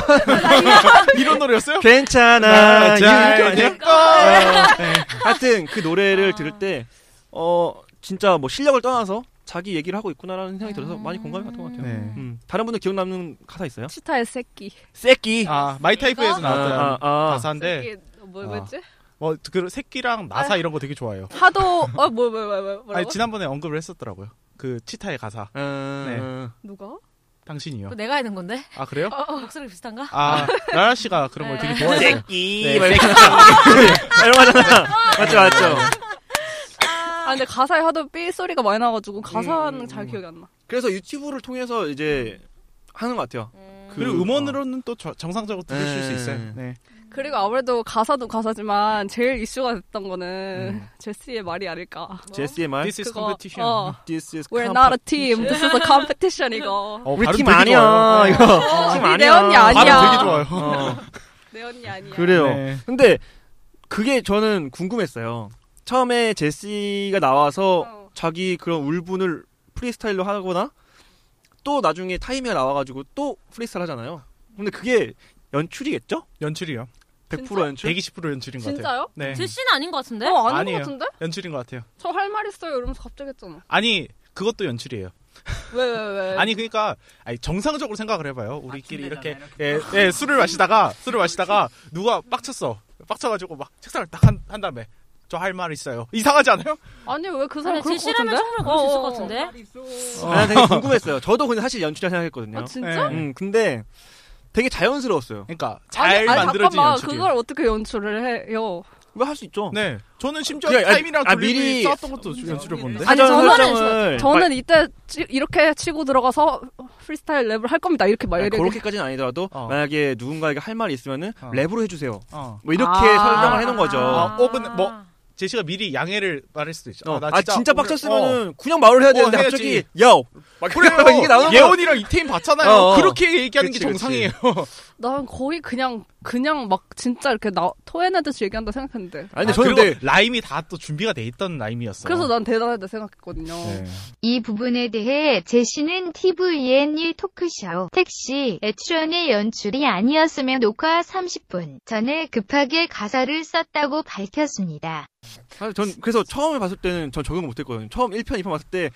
이런 노래였어요? 괜찮아. 나 이렇게 아니에요? 될 그러니까. 거야. 어, 네. 하여튼 그 노래를 아. 들을 때 어, 진짜 뭐 실력을 떠나서 자기 얘기를 하고 있구나라는 생각이 들어서 많이 공감이 갔던 것 네. 같아요. 음. 다른 분들 기억 남는 가사 있어요? 치타의 새끼. 새끼. 아 마이타이프에서 이거? 나왔던 아, 아, 아. 가사인데 새끼 뭐 뭐였지? 어그 새끼랑 마사 이런 거 되게 좋아해요. 하도 어뭐뭐뭐 뭐. 아니 지난번에 언급을 했었더라고요. 그 치타의 가사. 아, 네. 누가? 당신이요. 어. 그거 어, 내가 하는 건데. 아 그래요? 어, 어. 목소리 비슷한가? 아 라라 씨가 그런 걸 되게 좋아해요. 네, 새끼. 막 이렇게. 네. 아, 이런 거잖아. 네. 맞죠, 음. 맞죠. 아 근데 가사에 하도 삐 소리가 많이 음, 나가지고 가사는 잘 기억이 안 나. 그래서 유튜브를 통해서 이제 하는 것 같아요. 음. 그리고 음원으로는 또 저- 정상적으로 들으실 수 있어요. 네. 그리고 아무래도 가사도 가사지만 제일 이슈가 됐던 거는 음. 제시의 말이 아닐까. 제시의 말. This is 그거, competition. 음. 어. This is 뭐? We're not a team. This is a competition 이거. 어, 우리 팀 아니야. 이거. 네. 어, 팀 우리 아니야. 내 언니 아니야. 발음 되게 좋아요. 내 언니 아니야. 그래요. 네. 근데 그게 저는 궁금했어요. 처음에 제시가 나와서 어. 자기 그런 울분을 프리스타일로 하거나 또 나중에 타이밍이 나와가지고 또 프리스타일 하잖아요. 근데 그게 연출이겠죠? 연출이요. 100% 연출? 120% 연출인 것 같아요. 진짜요? 네. 제시는 아닌 것 같은데? 어, 아닌 아니에요. 것 같은데? 연출인 것 같아요. 저 할 말 있어요. 이러면서 갑자기 했잖아. 아니 그것도 연출이에요. 왜, 왜, 왜? 아니 그러니까 아니, 정상적으로 생각을 해봐요. 우리끼리 이렇게 네, 예, 예, 아, 술을 마시다가 술을 마시다가 누가 빡쳤어. 빡쳐가지고 막 책상을 딱 한 다음에 저 할 말 있어요. 이상하지 않아요? 아니, 왜 그 사람 아니, 그럴 것 제시라면 같은데? 충분히 그럴 수 있을 어, 것 어, 같은데? 어. 아, 되게 궁금했어요. 저도 근데 사실 연출이라 생각했거든요. 아, 진짜? 음, 근데 되게 자연스러웠어요. 그러니까 아니, 아니, 잠깐만. 그걸 어떻게 연출을 해요? 왜 할 수 있죠? 네. 저는 심지어 그래, 아니, 타임이랑 아, 돌리이 미리- 쌓았던 어, 것도 연출을 본데. 사전 저는, 설정을 저는 네. 말- 이때 치- 이렇게 치고 들어가서 프리스타일 랩을 할 겁니다. 이렇게 말 아니, 이렇게. 그렇게까지는 아니더라도 어. 만약에 누군가에게 할 말이 있으면은 랩으로 해주세요. 어. 뭐 이렇게 설정을 해놓은 거죠. 아, 혹은 뭐 제시가 미리 양해를 말할 수도 있죠. 어, 나 아, 진짜 오늘- 빡쳤으면은 어. 그냥 말을 해야 어, 되는데 해야지. 갑자기 야막 어. 그래요. 이렇게 나오는 거- 예원이랑 이태인 봤잖아요. 어, 어. 그렇게 얘기하는 게 그치, 정상이에요. 난 거의 그냥, 그냥 막 진짜 이렇게 나, 토해내듯이 얘기한다 생각했는데. 아니, 근데 저는 근데 라임이 다 또 준비가 돼 있던 라임이었어요. 그래서 난 대단하다 생각했거든요. 네. 이 부분에 대해 제시는 TVN1 토크쇼 택시 애출연의 연출이 아니었으며 녹화 30분 전에 급하게 가사를 썼다고 밝혔습니다. 사실 전 그래서 처음에 봤을 때는 전 적응 못했거든요. 처음 1편, 2편 봤을 때.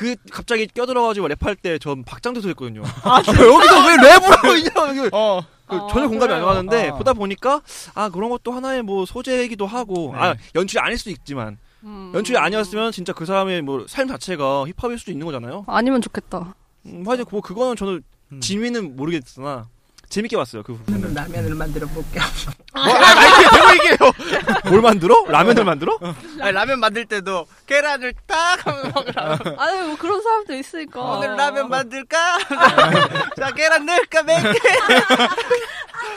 그 갑자기 껴들어가지고 랩할 때 전 박장대소했거든요. 아, 여기서 왜 랩을 하고 있냐? 여기. 그 전혀 공감이 안 가는데 어. 보다 보니까 아 그런 것도 하나의 뭐 소재이기도 하고 아 연출이 아닐 수도 있지만 연출이 아니었으면 진짜 그 사람의 뭐 삶 자체가 힙합일 수도 있는 거잖아요. 아니면 좋겠다. 음, 하여튼 뭐 그거는 저는 음. 진위는 모르겠으나 재밌게 봤어요 그 뭐, 아, 부분. 라면을 만들어 볼게. 뭘 만들어? 라면을 만들어? 아니, 라면 만들 때도 계란을 딱 하면 먹으라. 아니, 뭐 그런 사람도 있으니까. 아. 오늘 라면 만들까? 자, 계란 넣을까? 몇 개?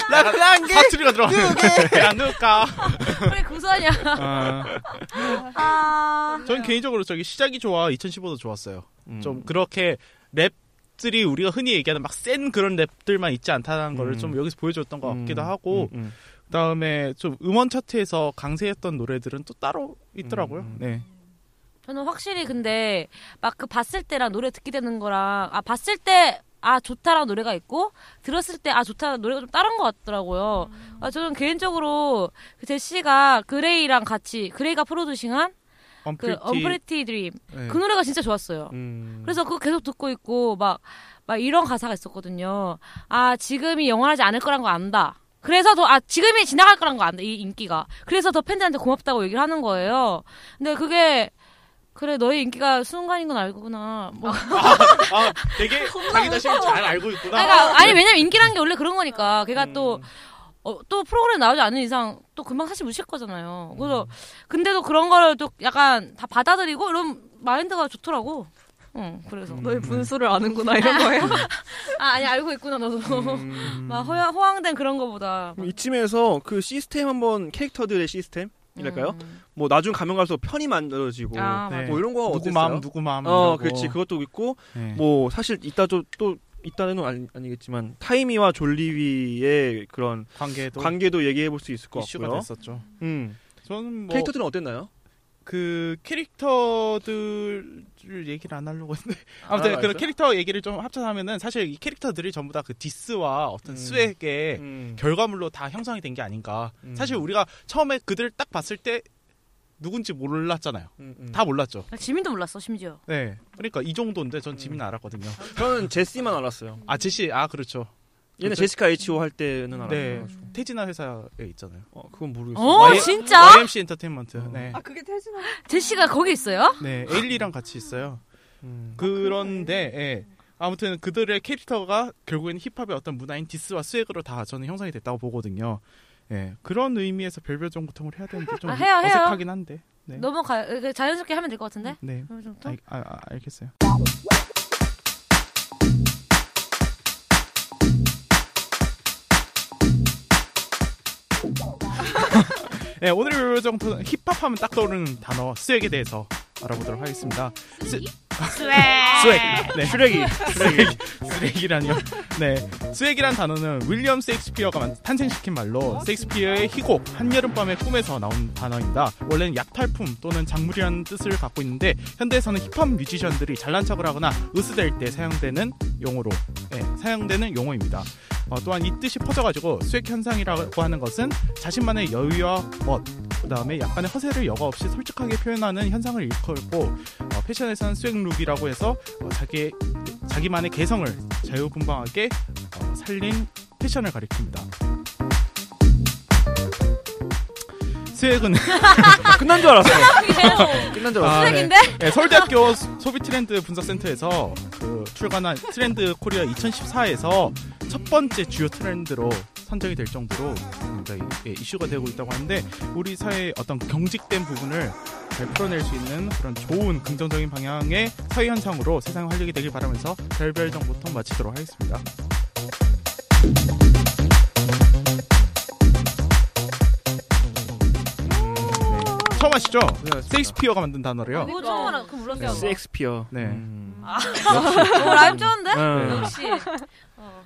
라면 한 개? 사투리가 들어가네. 두 개? 안 넣을까? 그래, 구선이야. 아. 아. 저는 개인적으로 저기 시작이 좋아 2015도 좋았어요. 음. 좀 그렇게 랩들이 우리가 흔히 얘기하는 막 센 그런 랩들만 있지 않다는 음. 거를 좀 여기서 보여줬던 것 같기도 하고 음, 그다음에 좀 음원 차트에서 강세였던 노래들은 또 따로 있더라고요. 네. 저는 확실히 근데 막 그 봤을 때랑 노래 듣게 되는 거랑 아 봤을 때 아 좋다라는 노래가 있고 들었을 때 아 좋다라는 노래가 좀 다른 것 같더라고요. 아 저는 개인적으로 그 제시가 그레이랑 같이 그레이가 프로듀싱한 그 Unpretty- 언프리티 음. 드림 네. 그 노래가 진짜 좋았어요. 그래서 그거 계속 듣고 있고 막 막 이런 가사가 있었거든요. 아 지금이 영원하지 않을 거란 거 안다. 그래서 더 아 지금이 지나갈 거란 거 안다. 이 인기가. 그래서 더 팬들한테 고맙다고 얘기를 하는 거예요. 근데 그게 그래 너의 인기가 순간인 건 알구나. 뭐. 아, 되게 자기 자신을 잘 알고 있구나. 아니, 그러니까, 아니 왜냐면 인기란 게 원래 그런 거니까 걔가 또. 어, 또 프로그램 나오지 않는 이상 또 금방 사실 무실 거잖아요. 그래서 근데도 그런 거를 또 약간 다 받아들이고 이런 마인드가 좋더라고. 응, 그래서 너의 분수를 아는구나 이런 거예요. 아 아니 알고 있구나 너도 막 허양, 허황된 그런 거보다 그럼 이쯤에서 그 시스템 한번 캐릭터들의 시스템 이랄까요? 음. 뭐 나중 가면 갈수록 편이 만들어지고 아, 맞아요. 뭐 이런 거 누구 어땠어요? 마음, 누구 마음 어, 이라고. 그렇지. 그것도 있고 네. 뭐 사실 이따 또, 또 이따는 아니, 아니겠지만 타이미와 졸리위의 그런 관계도 얘기해 볼 수 있을 것 이슈가 같고요. 됐었죠. 음. 저는 뭐 캐릭터들은 어땠나요? 그 캐릭터들을 얘기를 안 하려고 했는데 아무튼 아, 그런 알았어요? 캐릭터 얘기를 좀 합쳐하면은 사실 이 캐릭터들이 전부 다 그 디스와 음. 어떤 수액의 결과물로 다 형성이 된 게 아닌가. 음. 사실 우리가 처음에 그들을 딱 봤을 때 누군지 몰랐잖아요. 음, 다 몰랐죠. 나 지민도 몰랐어 심지어 네, 그러니까 이 정도인데 전 지민 음. 알았거든요. 저는 제시만 알았어요. 아 제시, 아 그렇죠. 얘네 제시카 H.O. 할 때는 알았어요. 네, 태진아 회사에 있잖아요. 어, 그건 모르겠어요. 어, 진짜? YMC 엔터테인먼트. 네. 그게 태진아 제시가 거기 있어요? 네, 에일리랑 같이 있어요. 아, 음. 그런데 예. 아무튼 그들의 캐릭터가 결국엔 힙합의 어떤 문화인 디스와 스웩으로 다 저는 형성이 됐다고 보거든요. 예. 그런 의미에서 별별 정보통을 해야 되는데 좀 아, 해요, 해요. 어색하긴 한데. 네. 넘어가 그 자연스럽게 하면 될 것 같은데 네. 그럼 좀 더? 알, 아, 아, 알겠어요. 네, 오늘 별별 정보통 힙합 하면 딱 떠오르는 단어 스웩에 대해서 알아보도록 하겠습니다. 스- 스웩. 네. 쓰레기. 쓰레기. 쓰레기. 라니요 네. 스웩이란 단어는 윌리엄 세익스피어가 만- 탄생시킨 말로 세익스피어의 희곡 한여름밤의 꿈에서 나온 단어입니다. 원래는 약탈품 또는 작물이라는 뜻을 갖고 있는데 현대에서는 힙합 뮤지션들이 잘난 척을 하거나 으스댈 때 사용되는 용어로 네, 사용되는 용어입니다. 어, 또한 이 뜻이 퍼져가지고 수액 현상이라고 하는 것은 자신만의 여유와 멋, 그 다음에 약간의 허세를 여과 없이 솔직하게 표현하는 현상을 일컬고 어, 패션에서는 수액 룩이라고 해서 어, 자기 자기만의 개성을 자유분방하게 어, 살린 패션을 가리킵니다. 수액은 끝난 줄 알았어. 끝난 줄 알았어. 네. 수액인데? 네, 서울대학교 소- 소비 트렌드 분석센터에서 그 출간한 트렌드 코리아 2014에서 첫 번째 주요 트렌드로 선정이 될 정도로 굉장히 예, 이슈가 되고 있다고 하는데 우리 사회의 어떤 경직된 부분을 잘 풀어낼 수 있는 그런 좋은 긍정적인 방향의 사회 현상으로 세상을 활력이 되길 바라면서 별별 정보통 마치도록 하겠습니다. 네, 처음 아시죠? 세익스피어가 만든 단어래요. 뭐 처음 알아 그 몰랐어요 세익스피어. 네. 음. 아, 어, 라임 좋은데? 네. 역시.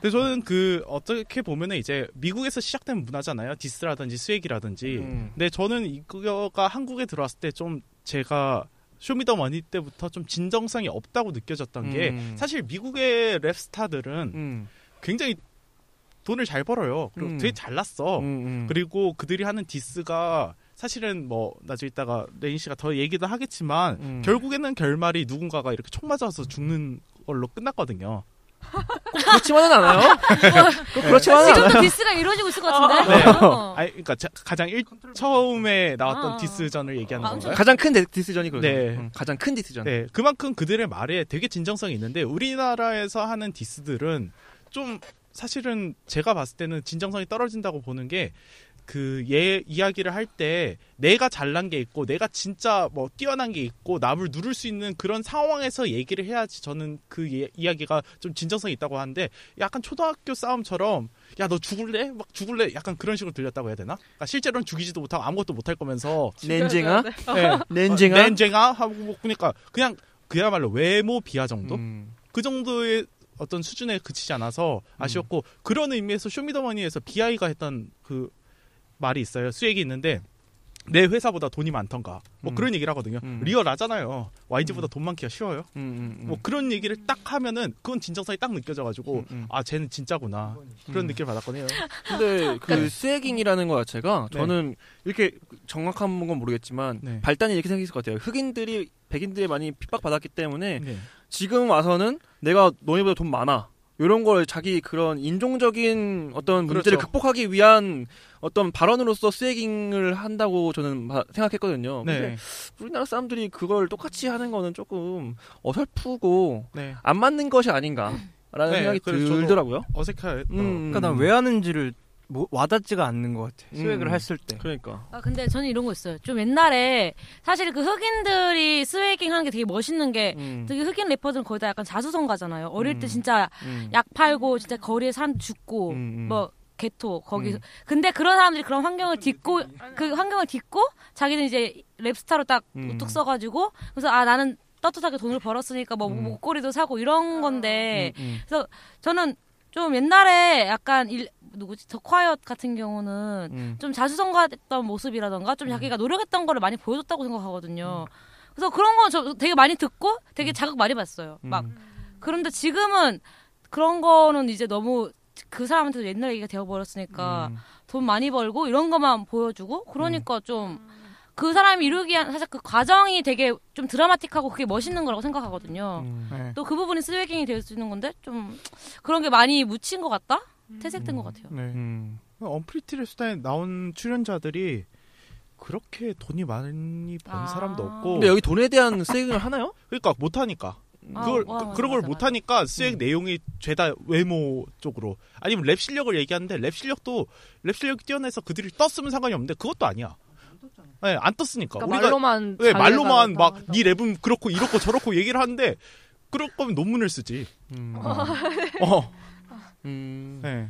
근데 저는 그 어떻게 보면은 이제 미국에서 시작된 문화잖아요. 디스라든지 예. 스웩이라든지. 음. 근데 저는 이거가 한국에 들어왔을 때 좀 제가 쇼미더머니 때부터 좀 진정성이 없다고 느껴졌던 게 음. 사실 미국의 랩 스타들은 굉장히 돈을 잘 벌어요. 그리고 음. 되게 잘났어. 그리고 그들이 하는 디스가 사실은 뭐 나중에 있다가 레인 씨가 더 얘기도 하겠지만 음. 결국에는 결말이 누군가가 이렇게 총 맞아서 죽는 걸로 끝났거든요. 그렇지만은 않아요. 그 그렇지만은 않아요. 지금도 디스가 이루어지고 있을 것 같은데 네. 어. 아니, 그러니까 자- 가장 일, 처음에 나왔던 아, 아. 디스전을 얘기하는 아, 건가요? 가장 큰 데- 디스전이 그렇죠. 네. 음, 가장 큰 디스전. 네, 그만큼 그들의 말에 되게 진정성이 있는데 우리나라에서 하는 디스들은 좀 사실은 제가 봤을 때는 진정성이 떨어진다고 보는 게 그 얘 이야기를 할 때 내가 잘난 게 있고 내가 진짜 뭐 뛰어난 게 있고 남을 누를 수 있는 그런 상황에서 얘기를 해야지 저는 그 예- 이야기가 좀 진정성이 있다고 하는데 약간 초등학교 싸움처럼 야 너 죽을래 막 죽을래 약간 그런 식으로 들렸다고 해야 되나? 그러니까 실제로는 죽이지도 못하고 아무것도 못할 거면서 낸쟁아? 네. 낸쟁아? 어, 낸쟁아 하고 뭐 그러니까 그냥 그야말로 외모 비하 음. 정도 그 정도의 어떤 수준에 그치지 않아서 음. 아쉬웠고 그런 의미에서 쇼미더머니에서 비아이가 했던 그 말이 있어요 수액이 있는데 내 회사보다 돈이 많던가 뭐 음. 그런 얘기를 하거든요. 음. 리얼하잖아요. YG보다 돈 많기가 쉬워요. 음, 뭐 그런 얘기를 딱 하면은 그건 진정성이 딱 뭐. 느껴져가지고 아 쟤는 진짜구나 그런 음. 느낌을 받았거든요. 근데 그 스웨깅이라는 것 자체가 네. 저는 이렇게 정확한 건 모르겠지만 발단이 이렇게 생길 것 같아요. 흑인들이 백인들이 많이 핍박받았기 때문에 네. 지금 와서는 내가 너희보다 돈 많아. 이런 걸 자기 그런 인종적인 어떤 문제를 그렇죠. 극복하기 위한 어떤 발언으로서 스웨깅을 한다고 저는 바- 생각했거든요. 네. 어, 근데 우리나라 사람들이 그걸 똑같이 하는 거는 조금 어설프고 네. 안 맞는 것이 아닌가라는 네, 생각이 그래서 저도 들더라고요. 어색해. 음. 그러니까 난 왜 하는지를 뭐, 와닿지가 않는 것 같아. 음. 수액을 했을 네. 때. 그러니까. 아 근데 저는 이런 거 있어요. 좀 옛날에 사실 그 흑인들이 스웨이킹 하는 게 되게 멋있는 게 되게 흑인 래퍼들은 거의 다 약간 자수성가잖아요. 어릴 때 진짜 음. 약 팔고 진짜 거리에 사람 죽고 음, 뭐 개토 거기 서 음. 근데 그런 사람들이 그런 환경을 딛고 그 환경을 딛고 자기는 이제 랩스타로 딱 음. 우뚝 서가지고 그래서 아 나는 떳떳하게 돈을 벌었으니까 뭐 목걸이도 사고 이런 건데 음, 음. 그래서 저는 좀 옛날에 약간 일, 누구지 더 콰이엇 같은 경우는 음. 좀 자수성가했던 모습이라던가 좀 자기가 노력했던 거를 많이 보여줬다고 생각하거든요. 그래서 그런 거 저 되게 많이 듣고 되게 자극 많이 받았어요. 막 그런데 지금은 그런 거는 이제 너무 그 사람한테도 옛날 음. 얘기가 음. 되어버렸으니까 돈 많이 벌고 이런 것만 보여주고 그러니까 좀 그 사람이 이루기 위한 사실 그 과정이 되게 좀 드라마틱하고 그게 멋있는 음. 거라고 생각하거든요. 음. 네. 또 그 부분이 스웨깅이 될 수 있는 건데 좀 그런 게 많이 묻힌 것 같다? 퇴색된 것 같아요. 네. 언프리티를 수다에 나온 출연자들이 그렇게 돈이 많이 번 사람도 없고. 근데 여기 돈에 대한 스웨깅을 하나요? 그러니까 못 하니까. 음. 아, 그걸 와, 그- 맞아, 그런 걸 못 하니까 스웩 내용이 죄다 외모 쪽으로 아니면 랩 실력을 얘기하는데 랩 실력도 랩 실력이 뛰어나서 그들이 떴으면 상관이 없는데 그것도 아니야. 네, 안 떴으니까. 그러니까 말로만 네, 자기가 말로만 막 네 랩은 그렇고 이렇고 저렇고 얘기를 하는데 그럴 거면 논문을 쓰지. 음. 어. 네.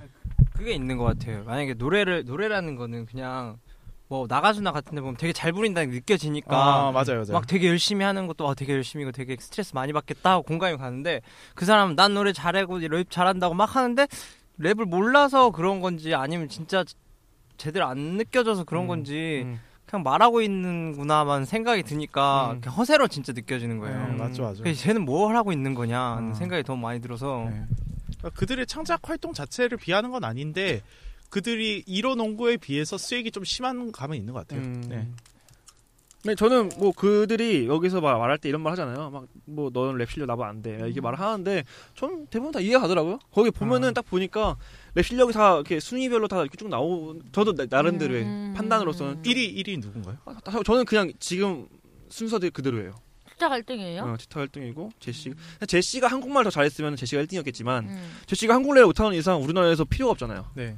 그게 있는 것 같아요. 만약에 노래를 노래라는 거는 그냥 뭐 나가수나 같은데 보면 되게 잘 부린다는 게 느껴지니까 음. 아, 맞아요, 맞아요. 막 되게 열심히 하는 것도 아, 되게 열심히 이거 되게 스트레스 많이 받겠다 하고 공감이 가는데 그 사람은 난 노래 잘하고 랩 잘한다고 막 하는데 랩을 몰라서 그런 건지 아니면 진짜 제대로 안 느껴져서 그런 음, 건지 그냥 말하고 있는구나만 생각이 음, 드니까 그냥 허세로 진짜 느껴지는 거예요. 음. 네, 맞죠, 맞죠. 그래서 쟤는 뭘 하고 있는 거냐 아. 음. 하는 생각이 더 많이 들어서 네. 그러니까 그들의 창작 활동 자체를 비하는 건 아닌데 그들이 이뤄놓은 거에 비해서 스웩이 좀 심한 감은 있는 것 같아요. 음. 네. 음, 근데 저는 뭐 그들이 여기서 막 말할 때 이런 말 하잖아요. 막 뭐 너는 랩 실력 나보다 안 돼. 음. 이게 말을 하는데 전 대부분 다 이해가 가더라고요. 거기 아. 보면은 딱 보니까 랩 실력이 다 이렇게 순위별로 다 이렇게 쭉 나오. 저도 나- 나름대로의 음. 판단으로서는 1위 1위 누군가요? 저는 그냥 지금 순서들 그대로예요. 진짜 갈등이에요? 음. 어, 지타 1등이고 제시. 제시가 한국말 더 잘했으면 제시가 1등이었겠지만 음. 제시가 한국말 못하는 이상 우리나라에서 필요가 없잖아요. 네.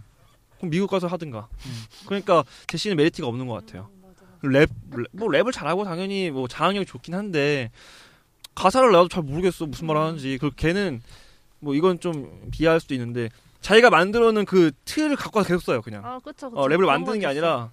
그럼 미국 가서 하든가. 그러니까 제시는 메리트가 없는 것 같아요. 랩, 랩- 뭐 랩을 잘하고 당연히 뭐 자항력이 좋긴 한데 가사를 나도 잘 모르겠어 무슨 말 하는지. 그 걔는 뭐 이건 좀 비하할 수도 있는데 자기가 만들어놓은 그 틀을 갖고 와서 계속 써요 그냥. 아, 그쵸, 그쵸. 어, 랩을 그런 만드는 게 건 있어. 아니라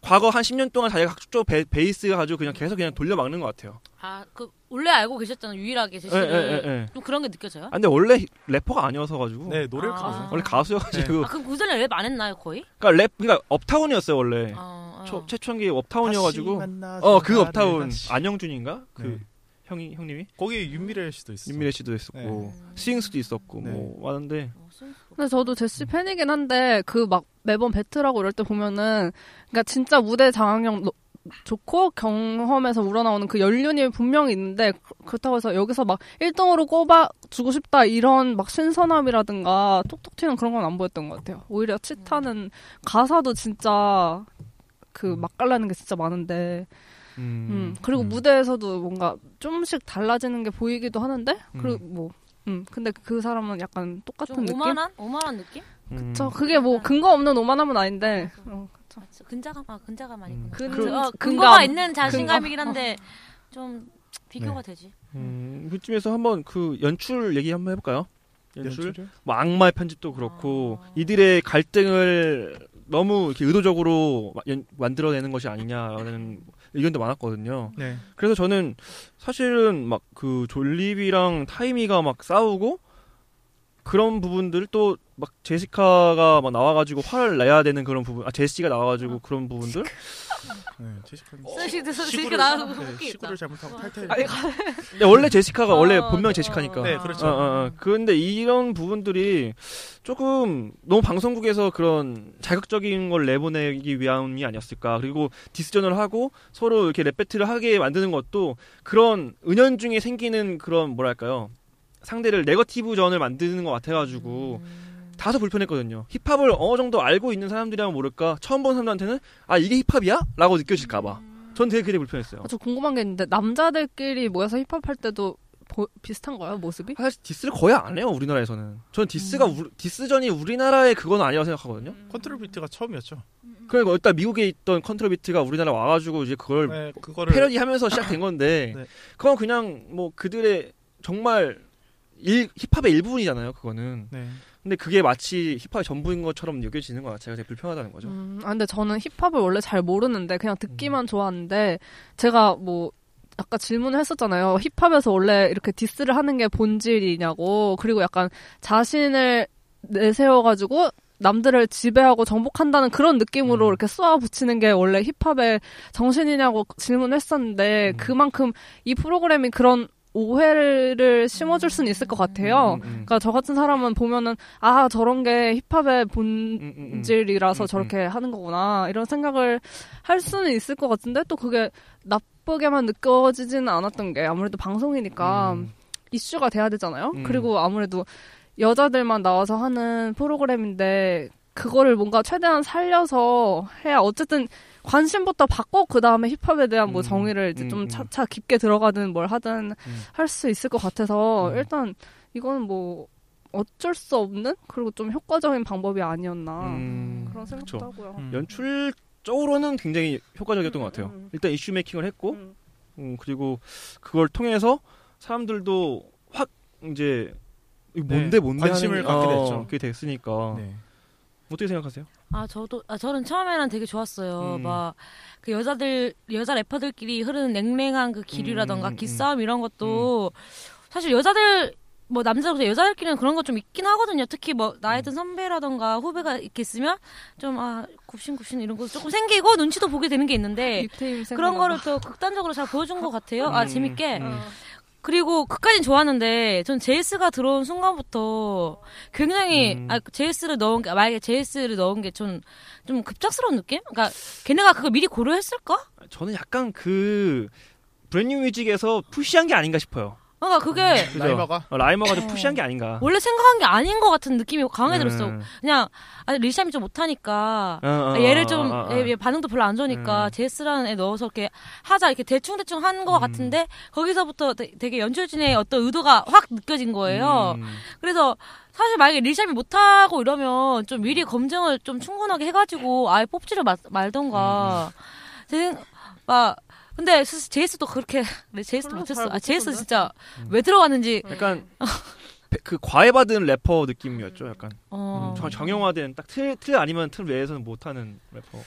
과거 한 10년 동안 자기가 각종 베, 베이스 가지고 그냥 계속 그냥 돌려 막는 것 같아요. 아, 그 원래 알고 계셨잖아요. 유일하게 제시를. 예, 예, 예. 좀 그런 게 느껴져요? 아, 근데 원래 래퍼가 아니어서 가지고. 네, 노래 아. 가수. 원래 가수여가지고. 아, 그럼 그 전에 랩 안 했나요, 거의? 그러니까 랩, 그러니까 업타운이었어요 네. 원래. 어, 초, 최초한 게 업타운이어가지고. 다시 만나서 어, 그 나를 업타운 다시. 안영준인가 그 네. 형이 형님이. 거기 윤미래 씨도 있어. 윤미래 씨도 네. 했었고 스윙스도 있었고 뭐 많은데. 어, 근데 저도 제시 팬이긴 한데 그 막 매번 배틀하고 이럴 때 보면은 그러니까 진짜 무대 장악력 노- 좋고 경험에서 우러나오는 그 연륜이 분명히 있는데 그- 그렇다고 해서 여기서 막 1등으로 꼽아 주고 싶다 이런 막 신선함이라든가 톡톡 튀는 그런 건 안 보였던 것 같아요. 오히려 음. 치타는 가사도 진짜 그 맛깔나는 게 진짜 많은데 음, 그리고 무대에서도 뭔가 조금씩 달라지는 게 보이기도 하는데 그리고 뭐 음, 근데 그 사람은 약간 똑같은 좀 느낌? 오만한? 음. 오만한 느낌? 음, 그쵸. 그게 뭐 근거 없는 오만함은 아닌데. 음. 어, 그쵸. 근자감, 아, 근자감 아니구나. 음. 근- 근, 어, 근감. 근거가 있는 자신감이긴 어. 근감. 한데 좀 비교가 네. 되지. 음, 그쯤에서 한번 그 연출 얘기 한번 해볼까요? 연출, 연출이요? 뭐 악마의 편집도 그렇고 이들의 갈등을 너무 이렇게 의도적으로 마- 연- 만들어내는 것이 아니냐라는 의견도 많았거든요. 네. 그래서 저는 사실은 막 그 졸립이랑 타이미가 막 싸우고 그런 부분들 또 막 제시카가 막 나와가지고 화를 내야 되는 그런 부분, 아 제시가 나와가지고 그런 부분들 네, 제시카는 어. 쓰시드 쓰시드 시구를- 나오고 네, 웃기겠다. 어, 시구를 잘못하고 탈퇴. 아니, 가- 근데 원래 제시카가 원래 아, 본명 제시카니까. 네, 그렇죠. 어, 어, 어. 그런데 이런 부분들이 조금 너무 방송국에서 그런 자극적인 걸 내보내기 위함이 아니었을까. 그리고 디스전을 하고 서로 이렇게 랩 배틀을 하게 만드는 것도 그런 은연중에 생기는 그런 뭐랄까요. 상대를 네거티브 전을 만드는 것 같아가지고 음. 다소 불편했거든요. 힙합을 어느 정도 알고 있는 사람들이라면 모를까. 처음 본 사람들한테는 아 이게 힙합이야? 라고 느껴질까봐. 전 되게 그게 불편했어요. 아, 저 궁금한 게 있는데 남자들끼리 모여서 힙합할 때도 보- 비슷한가요 모습이? 사실 디스를 거의 안 해요 우리나라에서는. 저는 디스가 음. 우- 디스전이 우리나라의 그건 아니라고 생각하거든요. 컨트롤 비트가 처음이었죠. 그러니까 일단 미국에 있던 컨트롤 비트가 우리나라 와가지고 이제 그걸 네, 그거를- 패러디하면서 시작된 건데 네. 그건 그냥 뭐 그들의 정말 일- 힙합의 일부분이잖아요. 그거는. 네. 근데 그게 마치 힙합의 전부인 것처럼 여겨지는 것 같아요. 되게 불편하다는 거죠. 음, 아, 근데 저는 힙합을 원래 잘 모르는데 그냥 듣기만 좋아하는데 제가 뭐 아까 질문을 했었잖아요. 힙합에서 원래 이렇게 디스를 하는 게 본질이냐고 그리고 약간 자신을 내세워가지고 남들을 지배하고 정복한다는 그런 느낌으로 이렇게 쏘아 붙이는 게 원래 힙합의 정신이냐고 질문했었는데 그만큼 이 프로그램이 그런 오해를 심어줄 수는 있을 것 음, 같아요. 그러니까 저 같은 사람은 보면은 아 저런 게 힙합의 그 음. 본질이라서 저렇게 하는 거구나 이런 생각을 할 수는 있을 것 같은데 또 그게 나쁘게만 느껴지지는 않았던 게 아무래도 음, 방송이니까 이슈가 돼야 되잖아요. 음. 그리고 아무래도 여자들만 나와서 하는 프로그램인데 그거를 뭔가 최대한 살려서 해야 어쨌든 관심부터 받고 그 다음에 힙합에 대한 뭐 정의를 이제 좀 차차 깊게 들어가든 뭘 하든 할 수 있을 것 같아서 일단 이건 뭐 어쩔 수 없는 그리고 좀 효과적인 방법이 아니었나 음. 그런 생각도 그렇죠. 음. 하고요. 음. 연출적으로는 굉장히 효과적이었던 것 음, 같아요. 일단 이슈 메이킹을 했고, 음, 그리고 그걸 통해서 사람들도 확 이제 이거 네, 뭔데 뭔데 하는, 관심을 갖게 어, 됐죠. 네. 그게 됐으니까 어떻게 생각하세요? 아 저도 아 저는 처음에는 되게 좋았어요. 음. 막 그 여자들 여자 래퍼들끼리 흐르는 냉랭한 그 음, 기류라던가 기싸움 이런 것도 사실 여자들 뭐 남자로서 여자들끼리는 그런 거 좀 있긴 하거든요. 특히 뭐 나이 음. 든 선배라던가 후배가 이렇게 있으면 좀 아 굽신굽신 이런 거 조금 생기고 눈치도 보게 되는 게 있는데 네. 그런 생각나나. 거를 또 극단적으로 잘 보여준 것 같아요. 아 음, 재밌게 음. 그리고 그까진 좋았는데 전 제이스가 들어온 순간부터 굉장히 음. 아 제이스를 넣은 게 만약에 제이스를 넣은 게 전 좀 급작스러운 느낌? 그러니까 걔네가 그거 미리 고려했을까? 아, 저는 약간 그 브랜뉴 뮤직에서 푸시한 게 아닌가 싶어요. 그러니까 그게 그죠? 어, 라이머가 좀 푸시한 게 아닌가. 원래 생각한 게 아닌 것 같은 느낌이 강하게 음. 음. 들었어. 그냥 아, 리샴이 좀 못하니까 어, 어, 아, 얘를 어, 좀 어, 음. 어. 얘, 얘 반응도 별로 안 좋으니까 제스라는 애 넣어서 이렇게 하자 이렇게 대충 대충 한 음. 것 같은데 거기서부터 되- 되게 연출진의 어떤 의도가 확 느껴진 거예요. 음. 그래서 사실 만약에 리샴이 못하고 이러면 좀 미리 음. 검증을 좀 충분하게 해가지고 아예 뽑지를 마- 음. 말던가. 제 생- 막 근데 스- 제이스도 그렇게 근데 제이스도 못했어. 아 제이스 진짜 음. 왜 들어갔는지 약간 배- 그 과외받은 래퍼 느낌이었죠, 약간. 음, 어. 정- 정형화된 딱 틀 틀 아니면 틀 외에서는 못하는 래퍼.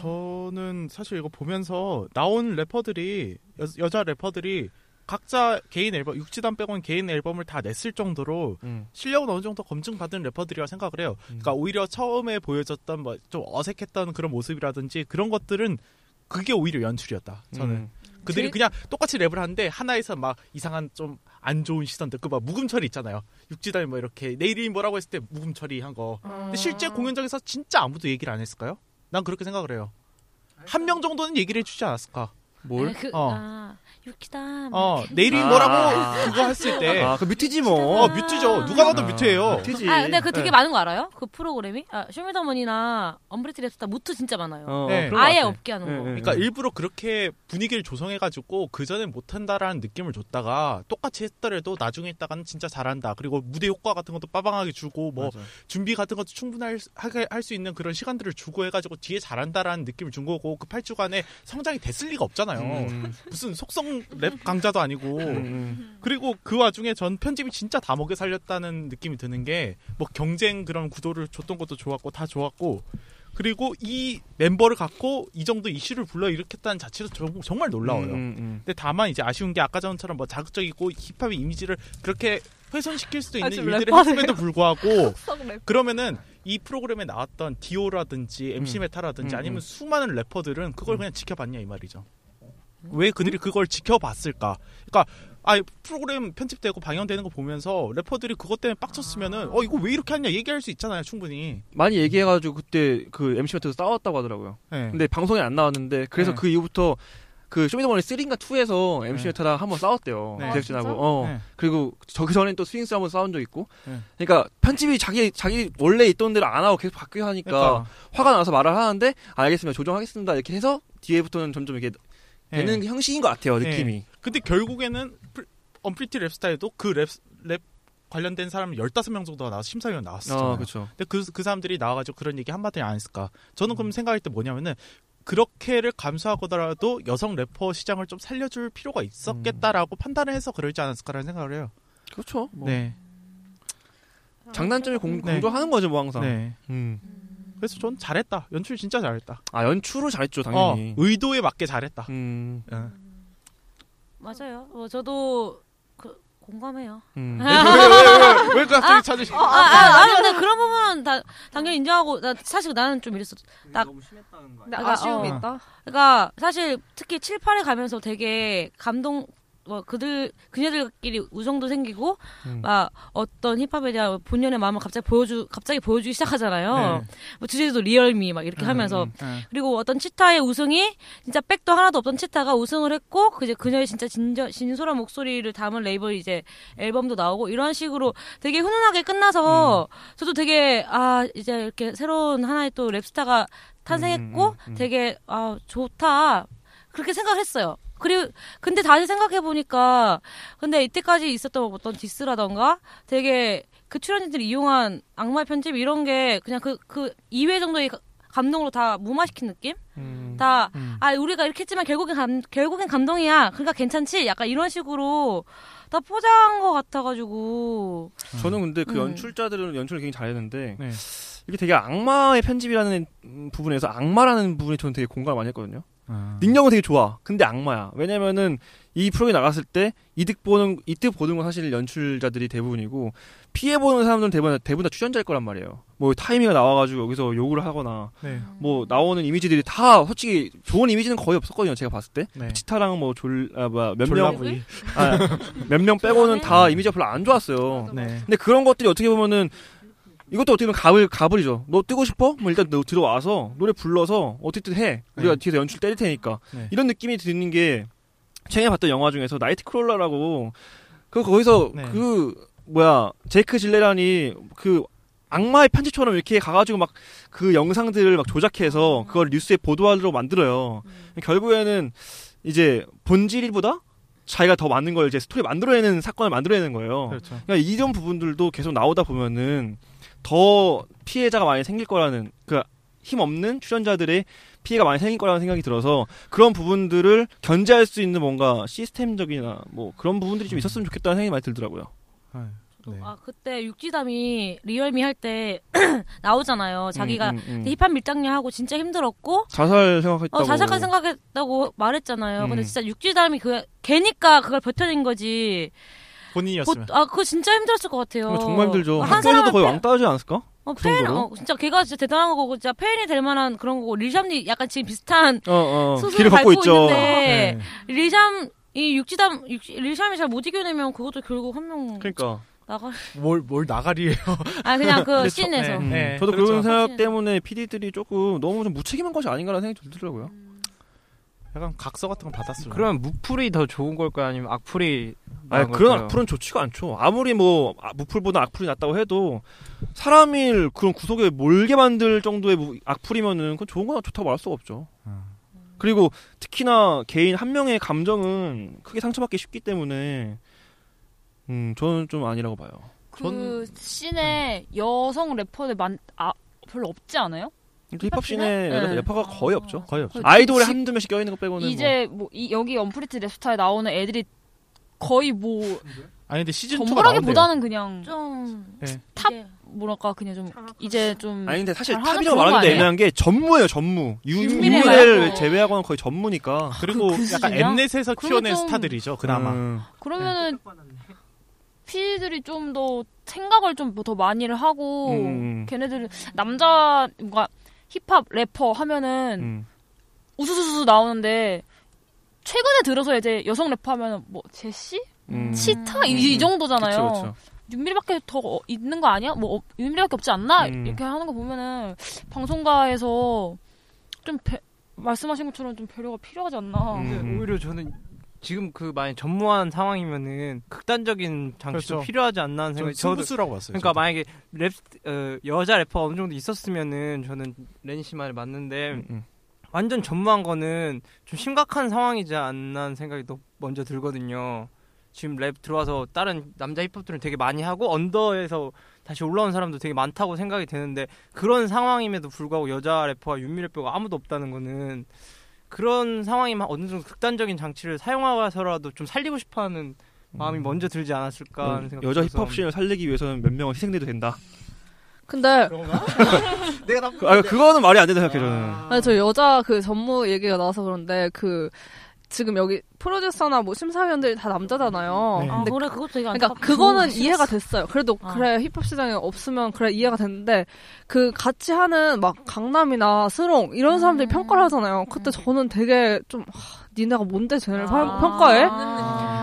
저는 사실 이거 보면서 나온 래퍼들이 여, 자 래퍼들이 각자 개인 앨범 육지단 빼곤 개인 앨범을 다 냈을 정도로 실력은 어느 정도 검증받은 래퍼들이라 생각을 해요. 그러니까 오히려 처음에 보여졌던 뭐 좀 어색했던 그런 모습이라든지 그런 것들은 그게 오히려 연출이었다. 저는 음. 그들이 제- 그냥 똑같이 랩을 하는데 하나에서 막 이상한 좀 안 좋은 시선들 그 막 묵음 처리 있잖아요. 육지단이 뭐 이렇게 내 이름이 뭐라고 했을 때 묵음 처리한 거. 근데 아. 실제 공연장에서 진짜 아무도 얘기를 안 했을까요? 난 그렇게 생각을 해요. 한 명 정도는 얘기를 해주지 않았을까? 아, 그, 어. 아, 유키다. 어, 내 이름이 아. 뭐라고 그거 했을 때. 아, 그 뮤트지 뭐. 어, 뮤트죠. 누가 봐도 아, 뮤트예요. 뮤트지. 음. 아, 근데 그 되게 네. 많은 거 알아요? 그 프로그램이? 아, 쇼미더머니나 엄브리티 랩스타 무트 진짜 많아요. 어, 네. 아예 없게 하는 거. 그러니까 일부러 그렇게 분위기를 조성해가지고 그 전에 못한다라는 느낌을 줬다가 똑같이 했더라도 나중에 했다가는 진짜 잘한다. 그리고 무대 효과 같은 것도 빠방하게 주고 뭐 준비 같은 것도 충분할 할 수 있는 그런 시간들을 주고 해가지고 뒤에 잘한다라는 느낌을 준 거고 그 8주간에 성장이 됐을 리가 없잖아요. 음. 무슨 속성 랩 강자도 아니고 그리고 그 와중에 전 편집이 진짜 다 먹여 살렸다는 느낌이 드는 게 뭐 경쟁 그런 구도를 줬던 것도 좋았고 다 좋았고 그리고 이 멤버를 갖고 이 정도 이슈를 불러 일으켰다는 자체도 정- 정말 놀라워요. 음, 음. 근데 다만 이제 아쉬운 게 아까 전처럼 뭐 자극적이고 힙합의 이미지를 그렇게 훼손시킬 수도 아, 있는 지금 일들을 랩하네요. 했음에도 불구하고 썩 랩. 그러면은 이 프로그램에 나왔던 디오라든지 MC 음. 메타라든지 음, 아니면 음. 수많은 래퍼들은 그걸 그냥 지켜봤냐 이 말이죠. 왜 그들이 그걸 지켜봤을까? 그러니까 아 프로그램 편집되고 방영되는 거 보면서 래퍼들이 그것 때문에 아. 빡쳤으면은 어 이거 왜 이렇게 하냐 얘기할 수 있잖아요 충분히. 많이 얘기해가지고 그때 그 MC 매트에서 싸웠다고 하더라고요. 네. 근데 방송에 안 나왔는데 그래서 네. 그 이후부터 그 쇼미더머니 3인가 2에서 MC 네. 매트랑 한번 싸웠대요. 네. 제작진하고. 아, 진짜? 어. 네. 그리고 저기 전엔 또 스윙스 한번 싸운 적 있고. 네. 그러니까 편집이 자기 자기 원래 있던 대로 안 하고 계속 바뀌어 하니까 그러니까. 화가 나서 말을 하는데 아, 알겠습니다 조정하겠습니다 이렇게 해서 뒤에부터는 점점 이게 네. 되는 형식인 것 같아요 네. 느낌이. 근데 결국에는 프리- 언프리티 랩스타에도 그 랩 랩 관련된 사람 15명 정도가 나와서 심사위원 나왔었잖아요. 아, 그쵸. 근데 그, 그 사람들이 나와가지고 그런 얘기 한마디 안 했을까. 저는 음. 그럼 생각할 때 뭐냐면은 그렇게를 감수하고더라도 여성 래퍼 시장을 좀 살려줄 필요가 있었겠다라고 판단을 해서 그러지 않았을까라는 생각을 해요. 그렇죠. 음. 뭐. 네. 장단점이 공, 공존하는 거죠 뭐 항상. 네. 음. 그래서 전 잘했다. 연출 진짜 잘했다. 아 연출을 잘했죠 당연히. 음. 어, 의도에 맞게 잘했다. 예. 맞아요. 뭐 저도 그, 공감해요. 음. 왜, 왜, 왜, 왜 갑자기 아, 찾으시- 어, 아, 아, 아니, 근데 그런 부분은 다, 당연히 인정하고 나, 사실 나는 좀 이랬어. 나, 너무 심했다는 거 근데 어. 아쉬움이 있다? 그러니까 사실 특히 7, 8에 가면서 되게 감동 뭐 그들 그녀들끼리 우정도 생기고 음. 막 어떤 힙합에 대한 본연의 마음을 갑자기 보여주 갑자기 보여주기 시작하잖아요. 네. 뭐 주제도 리얼미 막 이렇게 음, 하면서 음, 네. 음. 그리고 어떤 치타의 우승이 진짜 백도 하나도 없던 치타가 우승을 했고 그 이제 그녀의 진짜 진저, 진솔한 목소리를 담은 레이블 이제 앨범도 나오고 이런 식으로 되게 훈훈하게 끝나서 저도 되게 아 이제 이렇게 새로운 하나의 또 랩스타가 탄생했고 되게 아 좋다 그렇게 생각했어요. 그리고 근데 다시 생각해 보니까 근데 이때까지 있었던 어떤 디스라던가 되게 그 출연진들이 이용한 악마 편집 이런 게 그냥 그 그 2회 정도의 가- 감동으로 다 무마시킨 느낌? 음. 다, 아, 우리가 이렇게 했지만 결국엔, 감, 결국엔 감동이야. 그러니까 괜찮지? 약간 이런 식으로 다 포장한 것 같아가지고. 저는 근데 그 음. 연출자들은 연출을 굉장히 잘했는데 네. 이게 되게 악마의 편집이라는 음, 부분에서 악마라는 부분에 저는 되게 공감을 많이 했거든요. 아. 능력은 되게 좋아. 근데 악마야. 왜냐면은 이 프로에 나갔을 때 이득 보는 이득 보는 건 사실 연출자들이 대부분이고 피해 보는 사람들은 대부분 대부분 다 출연자일 거란 말이에요. 뭐 타이밍이 나와가지고 여기서 욕을 하거나 네. 뭐 나오는 이미지들이 다 솔직히 좋은 이미지는 거의 없었거든요. 제가 봤을 때 네. 치타랑 뭐 아, 졸라구이. 뭐졸몇명몇명 빼고는 다 이미지가 별로 안 좋았어요. 네. 근데 그런 것들이 어떻게 보면은 이것도 어떻게 보면 가불 가불이죠. 너 뜨고 싶어? 뭐 일단 너 들어와서 노래 불러서 어떻게든 해. 우리가 뒤에서 연출 때릴 테니까 네. 이런 느낌이 드는 게 최근에 봤던 영화 중에서 나이트크롤러라고 그 거기서 네. 그 뭐야 제이크 질레란이 그 악마의 편지처럼 이렇게 가가지고 막 그 영상들을 막 조작해서 그걸 뉴스에 보도하려고 만들어요. 음. 결국에는 이제 본질보다 자기가 더 많은 걸 이제 스토리 만들어내는 사건을 만들어내는 거예요. 그렇죠. 그러니까 이런 부분들도 계속 나오다 보면은 더 피해자가 많이 생길 거라는 그 힘 없는 출연자들의 피해가 많이 생길 거라는 생각이 들어서 그런 부분들을 견제할 수 있는 뭔가 시스템적이나 뭐 그런 부분들이 좀 있었으면 좋겠다는 생각이 많이 들더라고요. 네. 네. 아, 그때 육지담이 리얼미 할 때 나오잖아요. 자기가 음, 음. 힙합 밀당녀하고 진짜 힘들었고. 자살 생각했다고. 어, 자살까지 생각했다고 말했잖아요. 근데 음. 진짜 육지담이 그, 걔니까 그걸 버텨낸 거지. 본인이었으면. 보- 아, 그거 진짜 힘들었을 것 같아요. 어, 정말 힘들죠. 아, 한 학교에서도 사람을 거의 빼- 왕따 하지 않았을까? 어, 그 페인, 정도로? 어, 진짜 걔가 진짜 대단한 거고, 진짜 페인이 될 만한 그런 거고, 릴샴이 약간 지금 비슷한 어, 어, 어. 수술을 길을 밟고 걷고 있죠. 있는데, 네. 릴샴, 이 육지담, 육 릴샴이 잘 못 이겨내면 그것도 결국 한 명. 그러니까. 나가. 뭘, 뭘 나가리예요. 아, 그냥 그렇죠. 그 근데 저- 씬에서. 네. 네. 저도 그런 그렇죠. 생각 때문에 PD들이 조금 너무 좀 무책임한 것이 아닌가라는 생각이 들더라고요. 그- 약간 각서 같은 걸 받았어요. 그러면 무풀이 더 좋은 걸까요? 아니면 악풀이? 아 나은 그런 걸까요? 악플은 좋지가 않죠. 아무리 뭐 아, 무풀보다 악플이 낫다고 해도 사람을 그런 구석에 몰게 만들 정도의 무- 악플이면은 그건 좋은 거나 좋다고 말할 수가 없죠. 그리고 특히나 개인 한 명의 감정은 크게 상처받기 쉽기 때문에 음 저는 좀 아니라고 봐요. 그 씬에 여성 래퍼들 만, 아, 별로 없지 않아요? 그러니까 힙합 씬에 네. 래퍼가 거의 없죠. 거의 없죠. 아이돌에 지- 한두 명씩 껴있는 거 빼고는 이제 뭐 이, 여기 언프리티 랩스타에 나오는 애들이 거의 뭐 아니 근데 시즌 2가 전부라기보다는 그냥 좀 네. 탑 뭐라까 그냥 좀 이제 좀 아니 근데 사실 음, 잘 하는 탑이라고 그런 거 말하기도 아니에요? 애매한 게 전무예요 전무 유- 윤미래 유미래를 말고. 제외하고는 거의 전무니까 그리고 약간 수준이야? 엠넷에서 그러면 음. 좀- 키워낸 네. 스타들이죠 그나마 그러면은 PD들이 좀 더 생각을 좀 더 많이를 하고 음. 걔네들은 남자 뭔가 힙합 래퍼 하면은 음. 우수수수 나오는데 최근에 들어서 이제 여성 래퍼 하면은 뭐 제시, 음. 치타 이, 이 정도잖아요. 그쵸, 그쵸. 윤미리밖에 더 어- 있는 거 아니야? 뭐 어, 윤미리밖에 없지 않나? 음. 이렇게 하는 거 보면은 방송가에서 좀 배- 말씀하신 것처럼 좀 배려가 필요하지 않나. 음. 음, 근데 오히려 저는 지금 그 만약 전무한 상황이면은 극단적인 장치도 그렇죠. 필요하지 않나 하는 생각이 저는 저도- 승부수라고 봤어요, 그러니까 저도. 만약에 랩 어, 여자 래퍼 어느 정도 있었으면은 저는 레니 씨 말이 맞는데 완전 전무한 거는 좀 심각한 상황이지 않나 하는 생각이 더 먼저 들거든요. 지금 랩 들어와서 다른 남자 힙합들은 되게 많이 하고 언더에서 다시 올라온 사람도 되게 많다고 생각이 되는데 그런 상황임에도 불구하고 여자 래퍼와 윤미 래퍼가 아무도 없다는 거는 그런 상황이면 어느 정도 극단적인 장치를 사용하서라도 좀 살리고 싶어하는 마음이 먼저 들지 않았을까 하는 생각. 네. 여자 힙합 씬을 살리기 위해서는 몇 명은 희생돼도 된다. 근데 내가 그, 아, 그거는 말이 안 된다 생각해 저는. 아니, 저 여자 그 전무 얘기가 나와서 그런데 그 지금 여기 프로듀서나 뭐 심사위원들이 다 어. 남자잖아요. 네. 아, 그래, 그것도 되게 그러니까 안타깝다. 그거는 그거 이해가 됐어요. 아. 그래도 그래 힙합 시장에 없으면 그래 이해가 됐는데 그 같이 하는 막 강남이나 스롱 이런 사람들이 평가를 하잖아요. 그때 저는 되게 좀 하, 니네가 뭔데 아. 쟤네를 파- 평가해?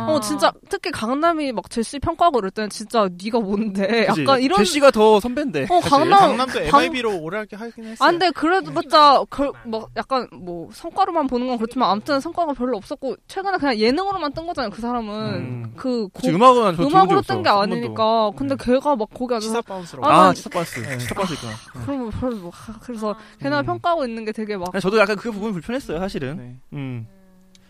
어 진짜 특히 강남이 막 제시 평가하고 그럴 때는 진짜 니가 뭔데 그치? 네, 약간 이런 제시가 더 선배인데. 어, 사실. 강남- 아, 강남도 강- MIB로 오래하게 하긴 했어요. 아, 근데 그래도 맞자, 그, 막 약간 뭐 성과로만 보는 건 그렇지만 아무튼 성과가 별로 없었고 최근에 그냥 예능으로만 뜬 거잖아요. 그 사람은 그 그치, 음악으로는 음. 저 들어본 음악으로 적이 뜬 게 없어, 한 네. 아니니까. 근데 걔가 막 거기 앉아서 아, 난- 네. 치타 바스. 치타 바스 있구나. 응. 그럼 뭐 별로 뭐 하, 그래서 걔네가 평가하고 있는 게 되게 막 아니, 저도 약간 아. 음. 그 부분이 불편했어요 사실은. 네. 음.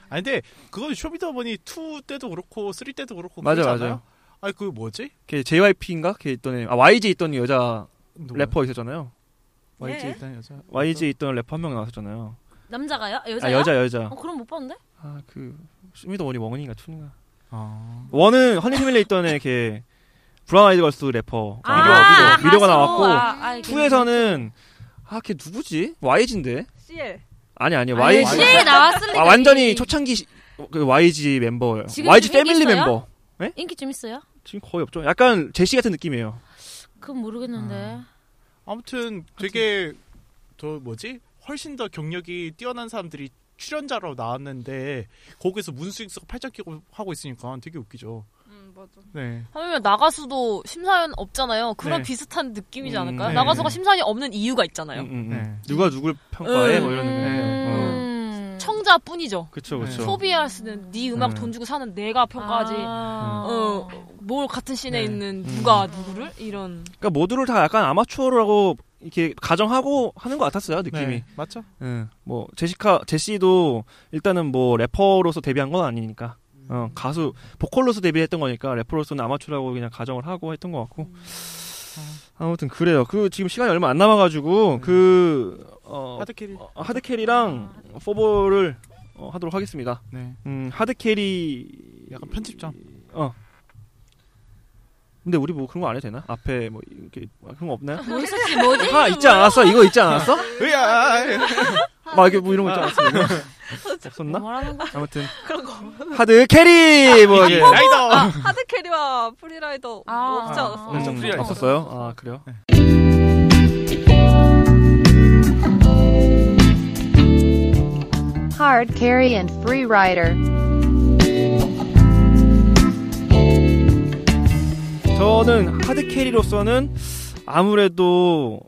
아니 근데 그건 쇼미더머니 2 때도 그렇고 3 때도 그렇고 맞아, 그러지 않아요? 맞아. 아니 그 뭐지? 걔 JYP인가? 걔 있던 애, 아 YG 있던 여자 누구야? 래퍼 있었잖아요. YG 있던 여자. YG 있던 래퍼 한 명 나왔었잖아요. 남자가요? 여자요? 아, 여자, 여자. 어, 그럼 못 봤는데? 아 그 쇼미더머니 원인가 투인가. 아. 원은 허니밀레 있던 애 걔 브라운 아이드 걸스 래퍼 아, 미려 미려 가수. 미려가 아, 나왔고 아, 투에서는 아 걔 누구지? YG인데. CL. 아니 아니 아니, Y CL 나왔을 아, 리- 완전히 초창기 시- 그 YG 멤버예요. 지금 YG 좀 인기 패밀리 있어요? 멤버. 네? 인기 좀 있어요? 지금 거의 없죠. 약간 제시 같은 느낌이에요. 그건 모르겠는데. 아. 아무튼 되게 저 뭐지? 훨씬 더 경력이 뛰어난 사람들이 출연자로 나왔는데 거기서 문수익수가 팔짝 끼고 하고 있으니까 되게 웃기죠. 음 맞아. 네. 하면 나가수도 심사위원 없잖아요. 그런 네. 비슷한 느낌이지 음, 않을까요? 네. 나가수가 심사위원이 없는 이유가 있잖아요. 음, 음, 음. 누가 누굴 평가해 뭐 음. 이런 느낌. 어. 청자뿐이죠. 그쵸, 그쵸. 소비할 수는 네 음악 음. 돈 주고 사는 내가 평가하지. 아. 어, 뭘 같은 네. 씬에 있는 음. 누가 누구를 이런. 그러니까 모두를 다 약간 아마추어라고 이렇게 가정하고 하는 것 같았어요 느낌이. 네, 맞죠? 예, 뭐 제시카 제시도 일단은 뭐 래퍼로서 데뷔한 건 아니니까. 어, 음. 가수 보컬로서 데뷔했던 거니까 래퍼로서는 아마추어라고 그냥 가정을 하고 했던 것 같고. 음. 아무튼 그래요. 그 지금 시간이 얼마 안 남아가지고 그 어, 하드캐리. 어, 하드캐리랑 포볼을 어, 하도록 하겠습니다. 네. 음, 하드캐리 약간 편집장. 어. 근데 우리 뭐 그런 거 안 해도 되나? 앞에 뭐 이렇게 그런 거 없나요? 뭐 있었지? 뭐지? 하나 아, 있지 않았어? 이거 있지 않았어? 으야. 막 이렇게 뭐 이런 거 있지 않았어? 이거? 없었나? 뭐라는 거지? 아무튼 그런 거. 하드 캐리 뭐 이게 아, 하드 캐리와 프리라이더 아, 뭐 없지 않았어? 음, 없었어요? 아 그래요? Hard Carry and Free Rider. 저는 하드 캐리로서는 아무래도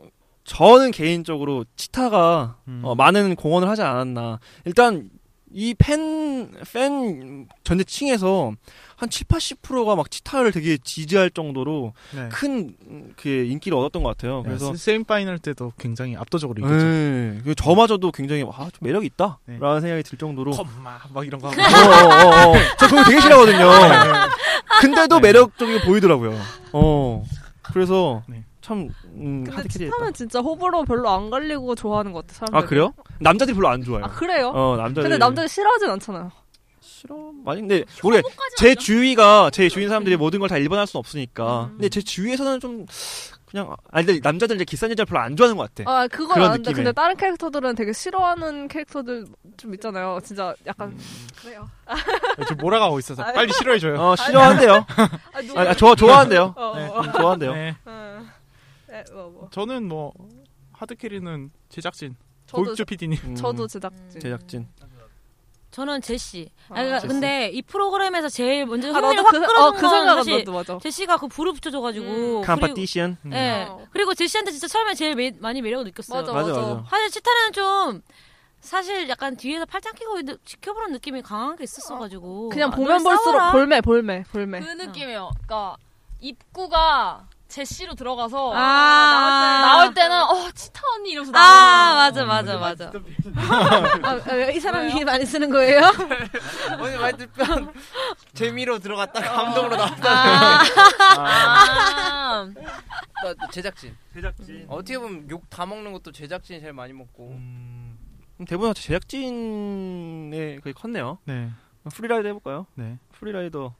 저는 개인적으로 치타가 어, 많은 공헌을 하지 않았나. 일단 이 팬 팬 전대층에서 한 7, 80%가 막 치타를 되게 지지할 정도로 네. 큰 그 인기를 얻었던 것 같아요. 그래서 그래서 세미파이널 때도 굉장히 압도적으로 이겼죠. 네. 네. 그 저마저도 굉장히 아, 좀 매력 이 있다라는 생각이 들 정도로 겁마 막 이런 거 하고. 어, 어, 어. 저 그거 되게 싫어하거든요. 네. 근데도 매력적인 게 보이더라고요. 어. 그래서 네. 참 음, 하드 근데 캐리. 치타는 진짜 호불호 별로 안 갈리고 좋아하는 것 같아 사람들. 아 그래요? 남자들이 별로 안 좋아해요. 아 그래요? 어 남자들. 근데 남자들 싫어하진 않잖아요. 아니 근데 모르게 음. 제 주위가 제 주위 사람들이 모든 걸 다 일반할 수는 없으니까. 근데 제 주위에서는 좀 그냥 아니 근데 남자들 이제 기싼 여자 별로 안 좋아하는 것 같아. 아 그걸 네. 그런 아는데 느낌에. 근데 다른 캐릭터들은 되게 싫어하는 캐릭터들 좀 있잖아요. 진짜 음. 약간 그래요. 저 몰아가고 있어서 아유. 빨리 싫어해줘요. 어 싫어한대요. 누가- 아, 좋아 좋아한대요. 어, 어. 네, 음, 좋아한대요. 네. 네, 뭐, 뭐. 저는 뭐 하드캐리는 제작진 저도 고익주 PD님. 저도 제작진. 음, 제작진. 저는 제시. 아, 아, 그러니까 제시. 근데 이 프로그램에서 제일 먼저 아, 흥미를 나도 확 그- 끌어준 어, 그 건 생각은 사실 나도 맞아. 제시가 그 부를 음. 붙여줘가지고 컴파티션. 그리고, 네. 어. 그리고 제시한테 진짜 처음에 제일 매- 많이 매력을 느꼈어요. 맞아, 맞아, 맞아. 맞아. 사실 치타는 좀 사실 약간 뒤에서 팔짱 끼고 있는- 지켜보는 느낌이 강하게 있었어가지고 그냥 아, 보면 널 볼수록 싸워라. 볼매 볼매 볼매. 어. 그 느낌이에요. 그러니까 입구가 제시로 들어가서 아. 나올, 때, 는 어, 치타 언니 이러면서 아 나오는 맞아 거. 맞아 음, 맞아. 아, 이 사람이 많이 쓰는 거예요? 언니 많이 듣면 재미로 들어갔다 감동으로 나왔다. 아. 나 제작진. 제작진. 어떻게 보면 욕 다 먹는 것도 제작진이 제일 많이 먹고. 대부분 다 제작진에 거의 컸네요. 네. 프리라이더 해볼까요? 네. 프리라이더.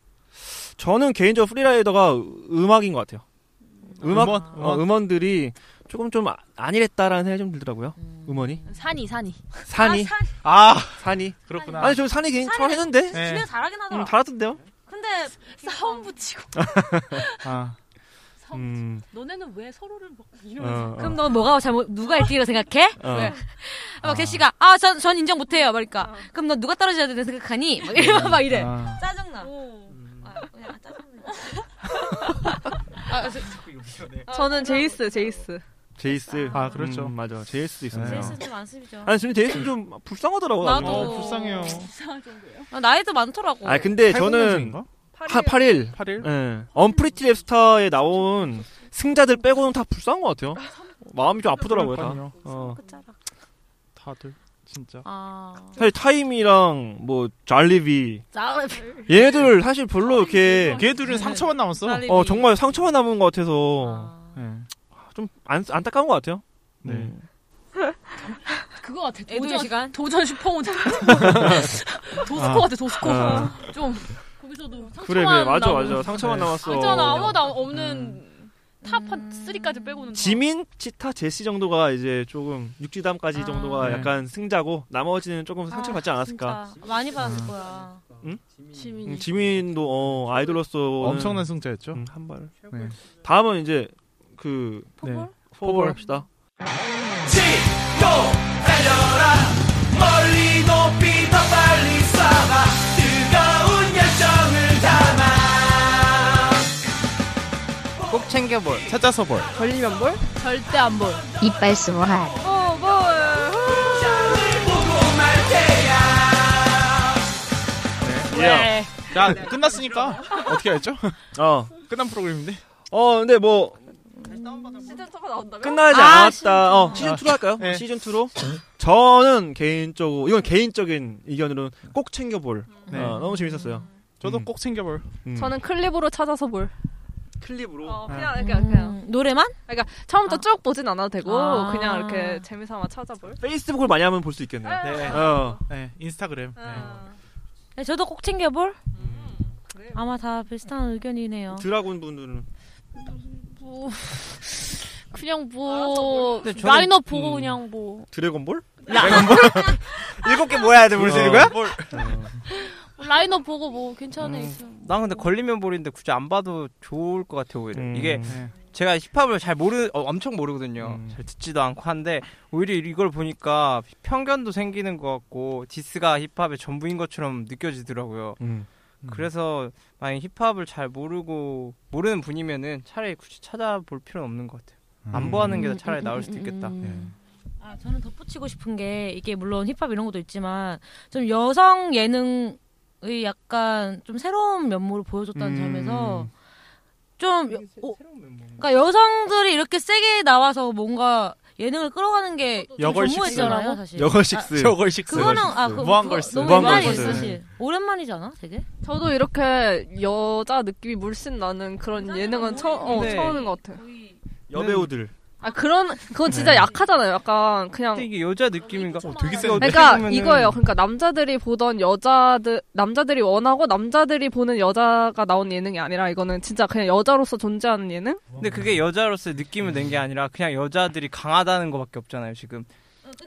저는 개인적으로 프리라이더가 음악인 것 같아요. 음악, 음원? 어, 음원? 음원들이 조금 좀 아- 아니랬다라는 생각이 좀 들더라고요. 음원이. 산이 산이. 산이. 아, 산이. 아, 산이. 그렇구나. 네. 아니, 저 산이 개인 처음 했는데. 진짜 잘하긴 하더라. 음, 잘하던데요? 근데 그러니까 싸움 붙이고 아. 음. 너네는 왜 서로를 막 이러면서. 어, 어. 음. 그럼 너 뭐가 잘못 누가 1등이라고 생각해? 네. 어. 왜? 막 제시가 아 전 전 인정 못해요. 그러니까 그럼 너 누가 떨어져야 된다 생각하니? 음. 막 이래 막 이래 아. 짜증나. 아, 아, 저는 제이스 제이스. 제이스. 아, 그렇죠. 음, 맞아. 제이스도 있었어요. 제이스는 좀안 쓰이죠. 아니, 근데 제이스는 좀 불쌍하더라고요. 나중에. 어, 불쌍할 정도예요. 아, 나이도 많더라고. 아 근데 저는 80년생인가? 8일 8일 예. 언프리티 랩스타에 나온 승자들 빼고는 다 불쌍한 것 같아요. 마음이 좀 아프더라고요 다. 그러니까요. 어. 다들 진짜. 아. 사실 타임이랑 뭐 잘리비 짜르비. 얘들 사실 별로 아, 이렇게 네. 걔들은 상처만 남았어. 어 정말 어. 상처만 남은 것 같아서 좀 안, 안타까운 것 같아요. 네. 음. 그거 같아. 애도의 도전 시간? 도전 슈퍼모델. 도스코 아. 같아 도스코. 아. 좀 거기서도 상처만 그래 그래 맞아 남은. 맞아 상처만 네. 남았어. 있잖아 아무도 없는 음. 탑한 3까지 빼고는 다. 지민, 치타, 제시 정도가 이제 조금 육지담까지 정도가 네. 약간 승자고 나머지는 조금 아, 상처받지 않았을까. 아, 음. 진짜 많이 받았을 거야. 응? 지민이. 음, 지민도 어, 아이돌로서 엄청난 승자였죠. 음, 한 발. 네. 다음은 이제 그 네. 포볼 합시다. 지도 달려라 멀리 높이 더 빨리 쏴봐 뜨거운 열정을 담아 꼭 챙겨볼. 찾아서 볼. 걸리면 뭘? 절대 안 볼. 이빨 수화 어 뭘? 네. 예. 자 끝났으니까 어떻게 했죠? 어 끝난 프로그램인데. 어 근데 뭐 끝나지 아, 않았다. 어 시즌 2로 할까요? 네. 시즌 2로. 저는 개인적으로 이건 개인적인 의견으로는 꼭 챙겨볼. 네. 어, 너무 재밌었어요. 저도 꼭 챙겨볼. 음. 저는 클립으로 찾아서 볼. 클립으로. 어, 그냥 그냥 음, 그냥 노래만? 그러니까 처음부터 쭉 보진 않아도 되고 아. 그냥 이렇게 재미삼아 찾아볼. 페이스북을 많이 하면 볼 수 있겠네요. 네. 어. 네 인스타그램. 네, 저도 꼭 챙겨볼. 아마 다 비슷한 어. 의견이네요. 드라군 분들은 뭐 그냥 뭐 근데 저는- 라인업 보고 음. 그냥 뭐 드래곤볼? 드래곤볼? 일곱 개 모여야 돼 볼 수 있는 거야? 라인업 보고 뭐 음. 괜찮아 있으면 난 근데 걸리면 볼인데 굳이 안 봐도 좋을 것 같아 오히려 음. 이게 네. 제가 힙합을 잘 모르 어, 엄청 모르거든요 잘 듣지도 않고 한데 오히려 이걸 보니까 편견도 생기는 것 같고 디스가 힙합의 전부인 것처럼 느껴지더라고요 음. 그래서 만약 힙합을 잘 모르고 모르는 분이면은 차라리 굳이 찾아볼 필요는 없는 것 같아요 네. 음. 안 보하는 게 차라리 나을 수도 있겠다 예. 아, 저는 덧붙이고 싶은 게 이게 물론 힙합 이런 것도 있지만 좀 여성 예능의 약간 좀 새로운 면모를 보여줬다는 음. 점에서 좀 여, 어, 그러니까 여성들이 이렇게 세게 나와서 뭔가 예능을 끌어가는 게 여걸 식스. 전무했잖아요 사실. 여걸식스. 네. 아, 여걸식스. 그거는 아 그, 무한걸스. 그거 너무 무한걸스. 옛날이지 사실. 오랜만이지 않아? 되게? 저도 이렇게 여자 느낌이 물씬 나는 그런 예능은 처음 어, 네. 처음인 것 같아요. 여배우들. 아 그런 그건 네. 진짜 약하잖아요. 약간 그냥 이게 여자 느낌인가? 어, 되게 그러니까 이거예요. 그러니까 남자들이 보던 여자들 남자들이 원하고 남자들이 보는 여자가 나온 예능이 아니라 이거는 진짜 그냥 여자로서 존재하는 예능? 근데 그게 여자로서 느낌을 낸 게 아니라 그냥 여자들이 강하다는 거밖에 없잖아요 지금.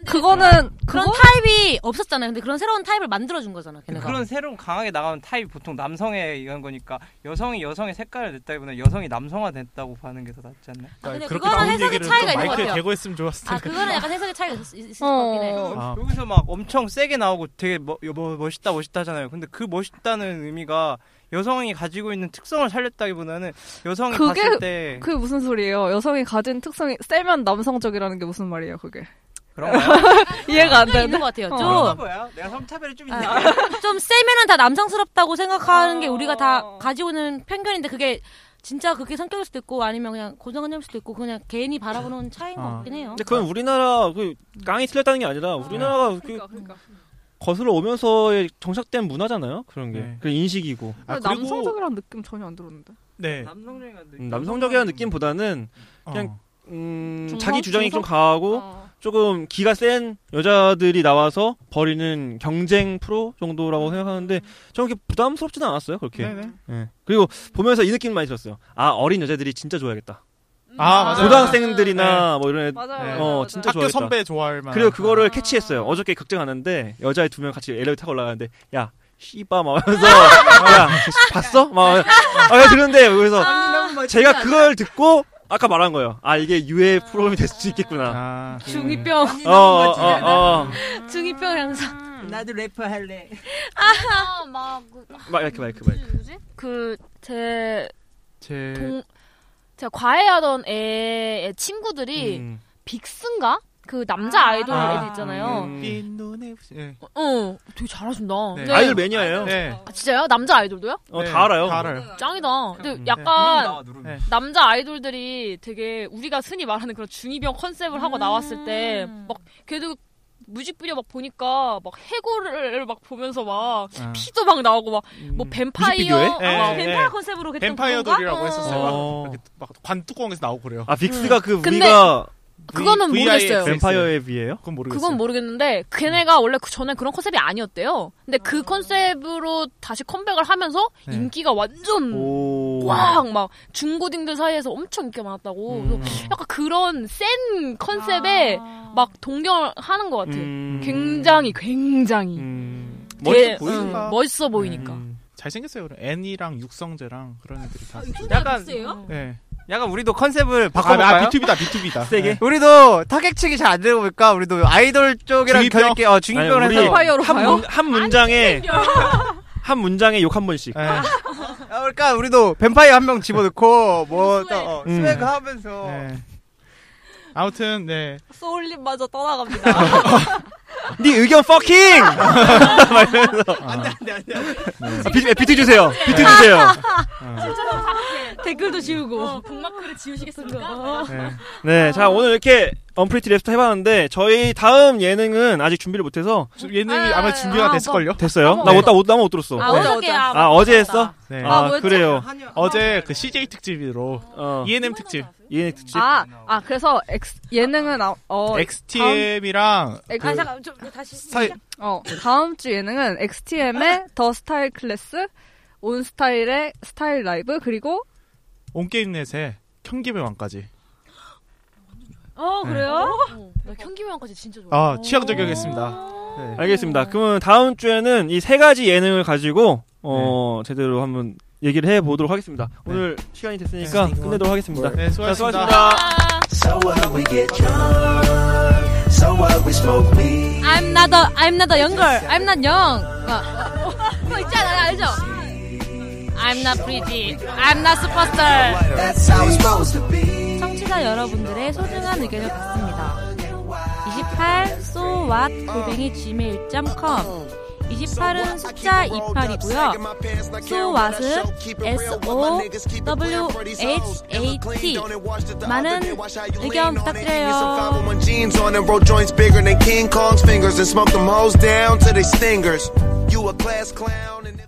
그거는 그런 타입이 없었잖아요. 근데 그런 새로운 타입을 만들어준 거잖아. 걔네가. 그런 새로운 강하게 나가는 타입이 보통 남성의 이런 거니까 여성이 여성의 색깔을 냈다기보다 여성이 남성화 됐다고 봐는 게 더 낫지 않나? 아, 네. 근데 그렇게 그거는 나온 해석의 얘기를 차이가 좀 있는 것 마이크에 같아요. 대고했으면 좋았을 아 그거는 약간 해석의 차이가 있- 있- 있을 것 같긴 해. 어, 여기서 막 엄청 세게 나오고 되게 뭐, 뭐, 멋있다 멋있다 하잖아요. 근데 그 멋있다는 의미가 여성이 가지고 있는 특성을 살렸다기보다는 여성이 봤을 그게 때 그게 무슨 소리예요? 여성이 가진 특성이 세면 남성적이라는 게 무슨 말이에요? 그게 그런가요? 이해가 안 되는데 있는 것 같아요. 좀. 어. 내가 성차별이 좀 있네. 좀 세면은 다 남성스럽다고 생각하는 게 우리가 다 가지고 있는 편견인데 그게 진짜 그게 성격일 수도 있고 아니면 그냥 고정관념일 수도 있고 그냥 개인이 바라보는 차이인 것 아. 같긴 해요. 근데 그건 우리나라 그 깡이 틀렸다는 게 아니라 우리나라가 그 그러니까. 거슬러 오면서의 정착된 문화잖아요. 그런 게. 그 인식이고. 남성적이라는 느낌 전혀 안 아, 들었는데. 네. 어. 음, 남성적이라는 느낌보다는 그냥 음, 중성? 자기 주장이 좀 중성? 강하고 어. 조금 기가 센 여자들이 나와서 벌이는 경쟁 프로 정도라고 생각하는데 저는 그렇게 부담스럽지는 않았어요. 그렇게. 음. 네네. 예. 그리고 보면서 이 느낌 많이 들었어요. 아 어린 여자들이 진짜 좋아야겠다. 아, 맞아요. 고등학생들이나 네. 뭐 이런 애, 맞아요, 어 맞아요, 진짜 맞아요. 좋아했다. 학교 선배 좋아할 만한. 그리고 그거를 캐치했어요. 어저께 극장 갔는데 여자애 두 명 같이 엘리베이터 타고 올라가는데 야 씨바 막 하면서 야 봤어? 막 아, 그런데 그래서 제가 그걸 듣고 아까 말한 거예요. 아 이게 유해 프로그램이 될 수도 아, 있겠구나. 네. 중이병. 어, 아. 어, 어, 어. 중이병 양상. 나도 래퍼 할래. 아, 막 마이크 마이크 마이크. 그, 그제 제 동 제가 과외하던 애의 친구들이 음. 빅스인가 그 남자 아, 이돌 애들 어. 있잖아요. 음. 눈에 부시- 예. 어, 되게 잘하신다. 네. 근데- 아이돌 매니아예요. 아, 진짜요? 남자 아이돌도요? 어, 네, 다 알아요. 다 알아요. 짱이다. 근데 누름 약간 나와, 누름. 음. 네. 남자 아이돌들이 되게 우리가 흔히 말하는 그런 중이병 컨셉을 음. 하고 나왔을 때 막 걔도 뮤직비디오 막 보니까 막 해골을 막 보면서 막 음. 아. 음. 피도 막 나오고 막 뭐 뱀파이어 뮤직비디오에? 아, 예, 막 예, 뱀파이어 예. 컨셉으로 했던 뱀파이어돌이라고 그건가? 했었어요. 어. 막, 이렇게 막 관뚜껑에서 나오고 그래요. 아 빅스가 그 근데 우리가 그거는 모르겠어요. 뱀파이어에 비해요? 그건 모르겠어요. 그건 모르겠는데 걔네가 원래 그 전에 그런 컨셉이 아니었대요. 근데 그 컨셉으로 다시 컴백을 하면서 네. 인기가 완전 오. 꽉 막 중고딩들 사이에서 엄청 인기가 많았다고. 음. 그래서 약간 그런 센 컨셉에 아. 아. 막 동경하는 것 같아. 굉장히 굉장히 되게, 음. 음. 멋있어 음. 보이니까. 응, 멋있어 보이니까. 잘생겼어요. 그럼 애니랑 육성재랑 그런 애들이 다. 음. 약간 네. 약간 우리도 컨셉을 아, 바꿔볼까요? 아, 비투비다, 비투비다. 네. 우리도 타격치기 잘 안 되고 보니까 우리도 아이돌 쪽이랑 중이병? 결계 어 중이병을 아니, 우리 해서 한, 문, 한 문장에 한 문장에 욕 한 번씩. 네. 아, 그러니까 우리도 뱀파이어 한 명 집어넣고 뭐또 어, 음. 스웨그 하면서 네. 아무튼 네. 소울님마저 떠나갑니다. 네 의견 퍼킹! 막 이러면서. 아, 비, 비트 주세요. 비트 주세요. 댓글도 지우고 북마크를 지우시겠습니까? 네, 자 오늘 이렇게 언프리티 랩스터 해봤는데 저희 다음 예능은 아직 준비를 못해서 예능이 아마 준비가 됐을걸요? 됐어요? 나 못, 나 못, 나못 들었어. 아, 어저께, 아, 아, 어제 했어? 네. 아, 그래요. 어, 어제 그 CJ 특집으로 아. ENM 특집. ENM 특집. 아, 아 그래서 X, 예능은 아, 어 XTM이랑 다음- 그 좀 네, 다시 스타일- 어 다음 주 예능은 XTM의 더 스타일 클래스, 온 스타일의 스타일 라이브 그리고 온게임넷의 경기의 왕까지. 어 그래요? 나 현기명까지 진짜 좋아. 어. 아, 취향 저격했습니다. 알겠습니다. 그러면 다음 주에는 이 세 가지 예능을 가지고 어 제대로 한번 얘기를 해 보도록 하겠습니다. 오늘 시간이 됐으니까 끝내도록 하겠습니다. 네, 수고하셨습니다. 자, 수고하셨습니다. So what we get drunk, so what we smoke weed. I'm not a, I'm not a young girl. I'm not young. 어. 그거 있잖아, 알죠? I'm not pretty. I'm not superstar. That's how it's supposed to be. 청취자 여러분들의 소중한 의견을 받습니다. 28 so what 골뱅이 gmail.com 28은 숫자 28이고요. so what은 s o w h a t 많은 의견 부탁드려요. When oh jeans on and roll joints bigger than King Kong's fingers and smoke them hoes down to they stingers. You a class clown.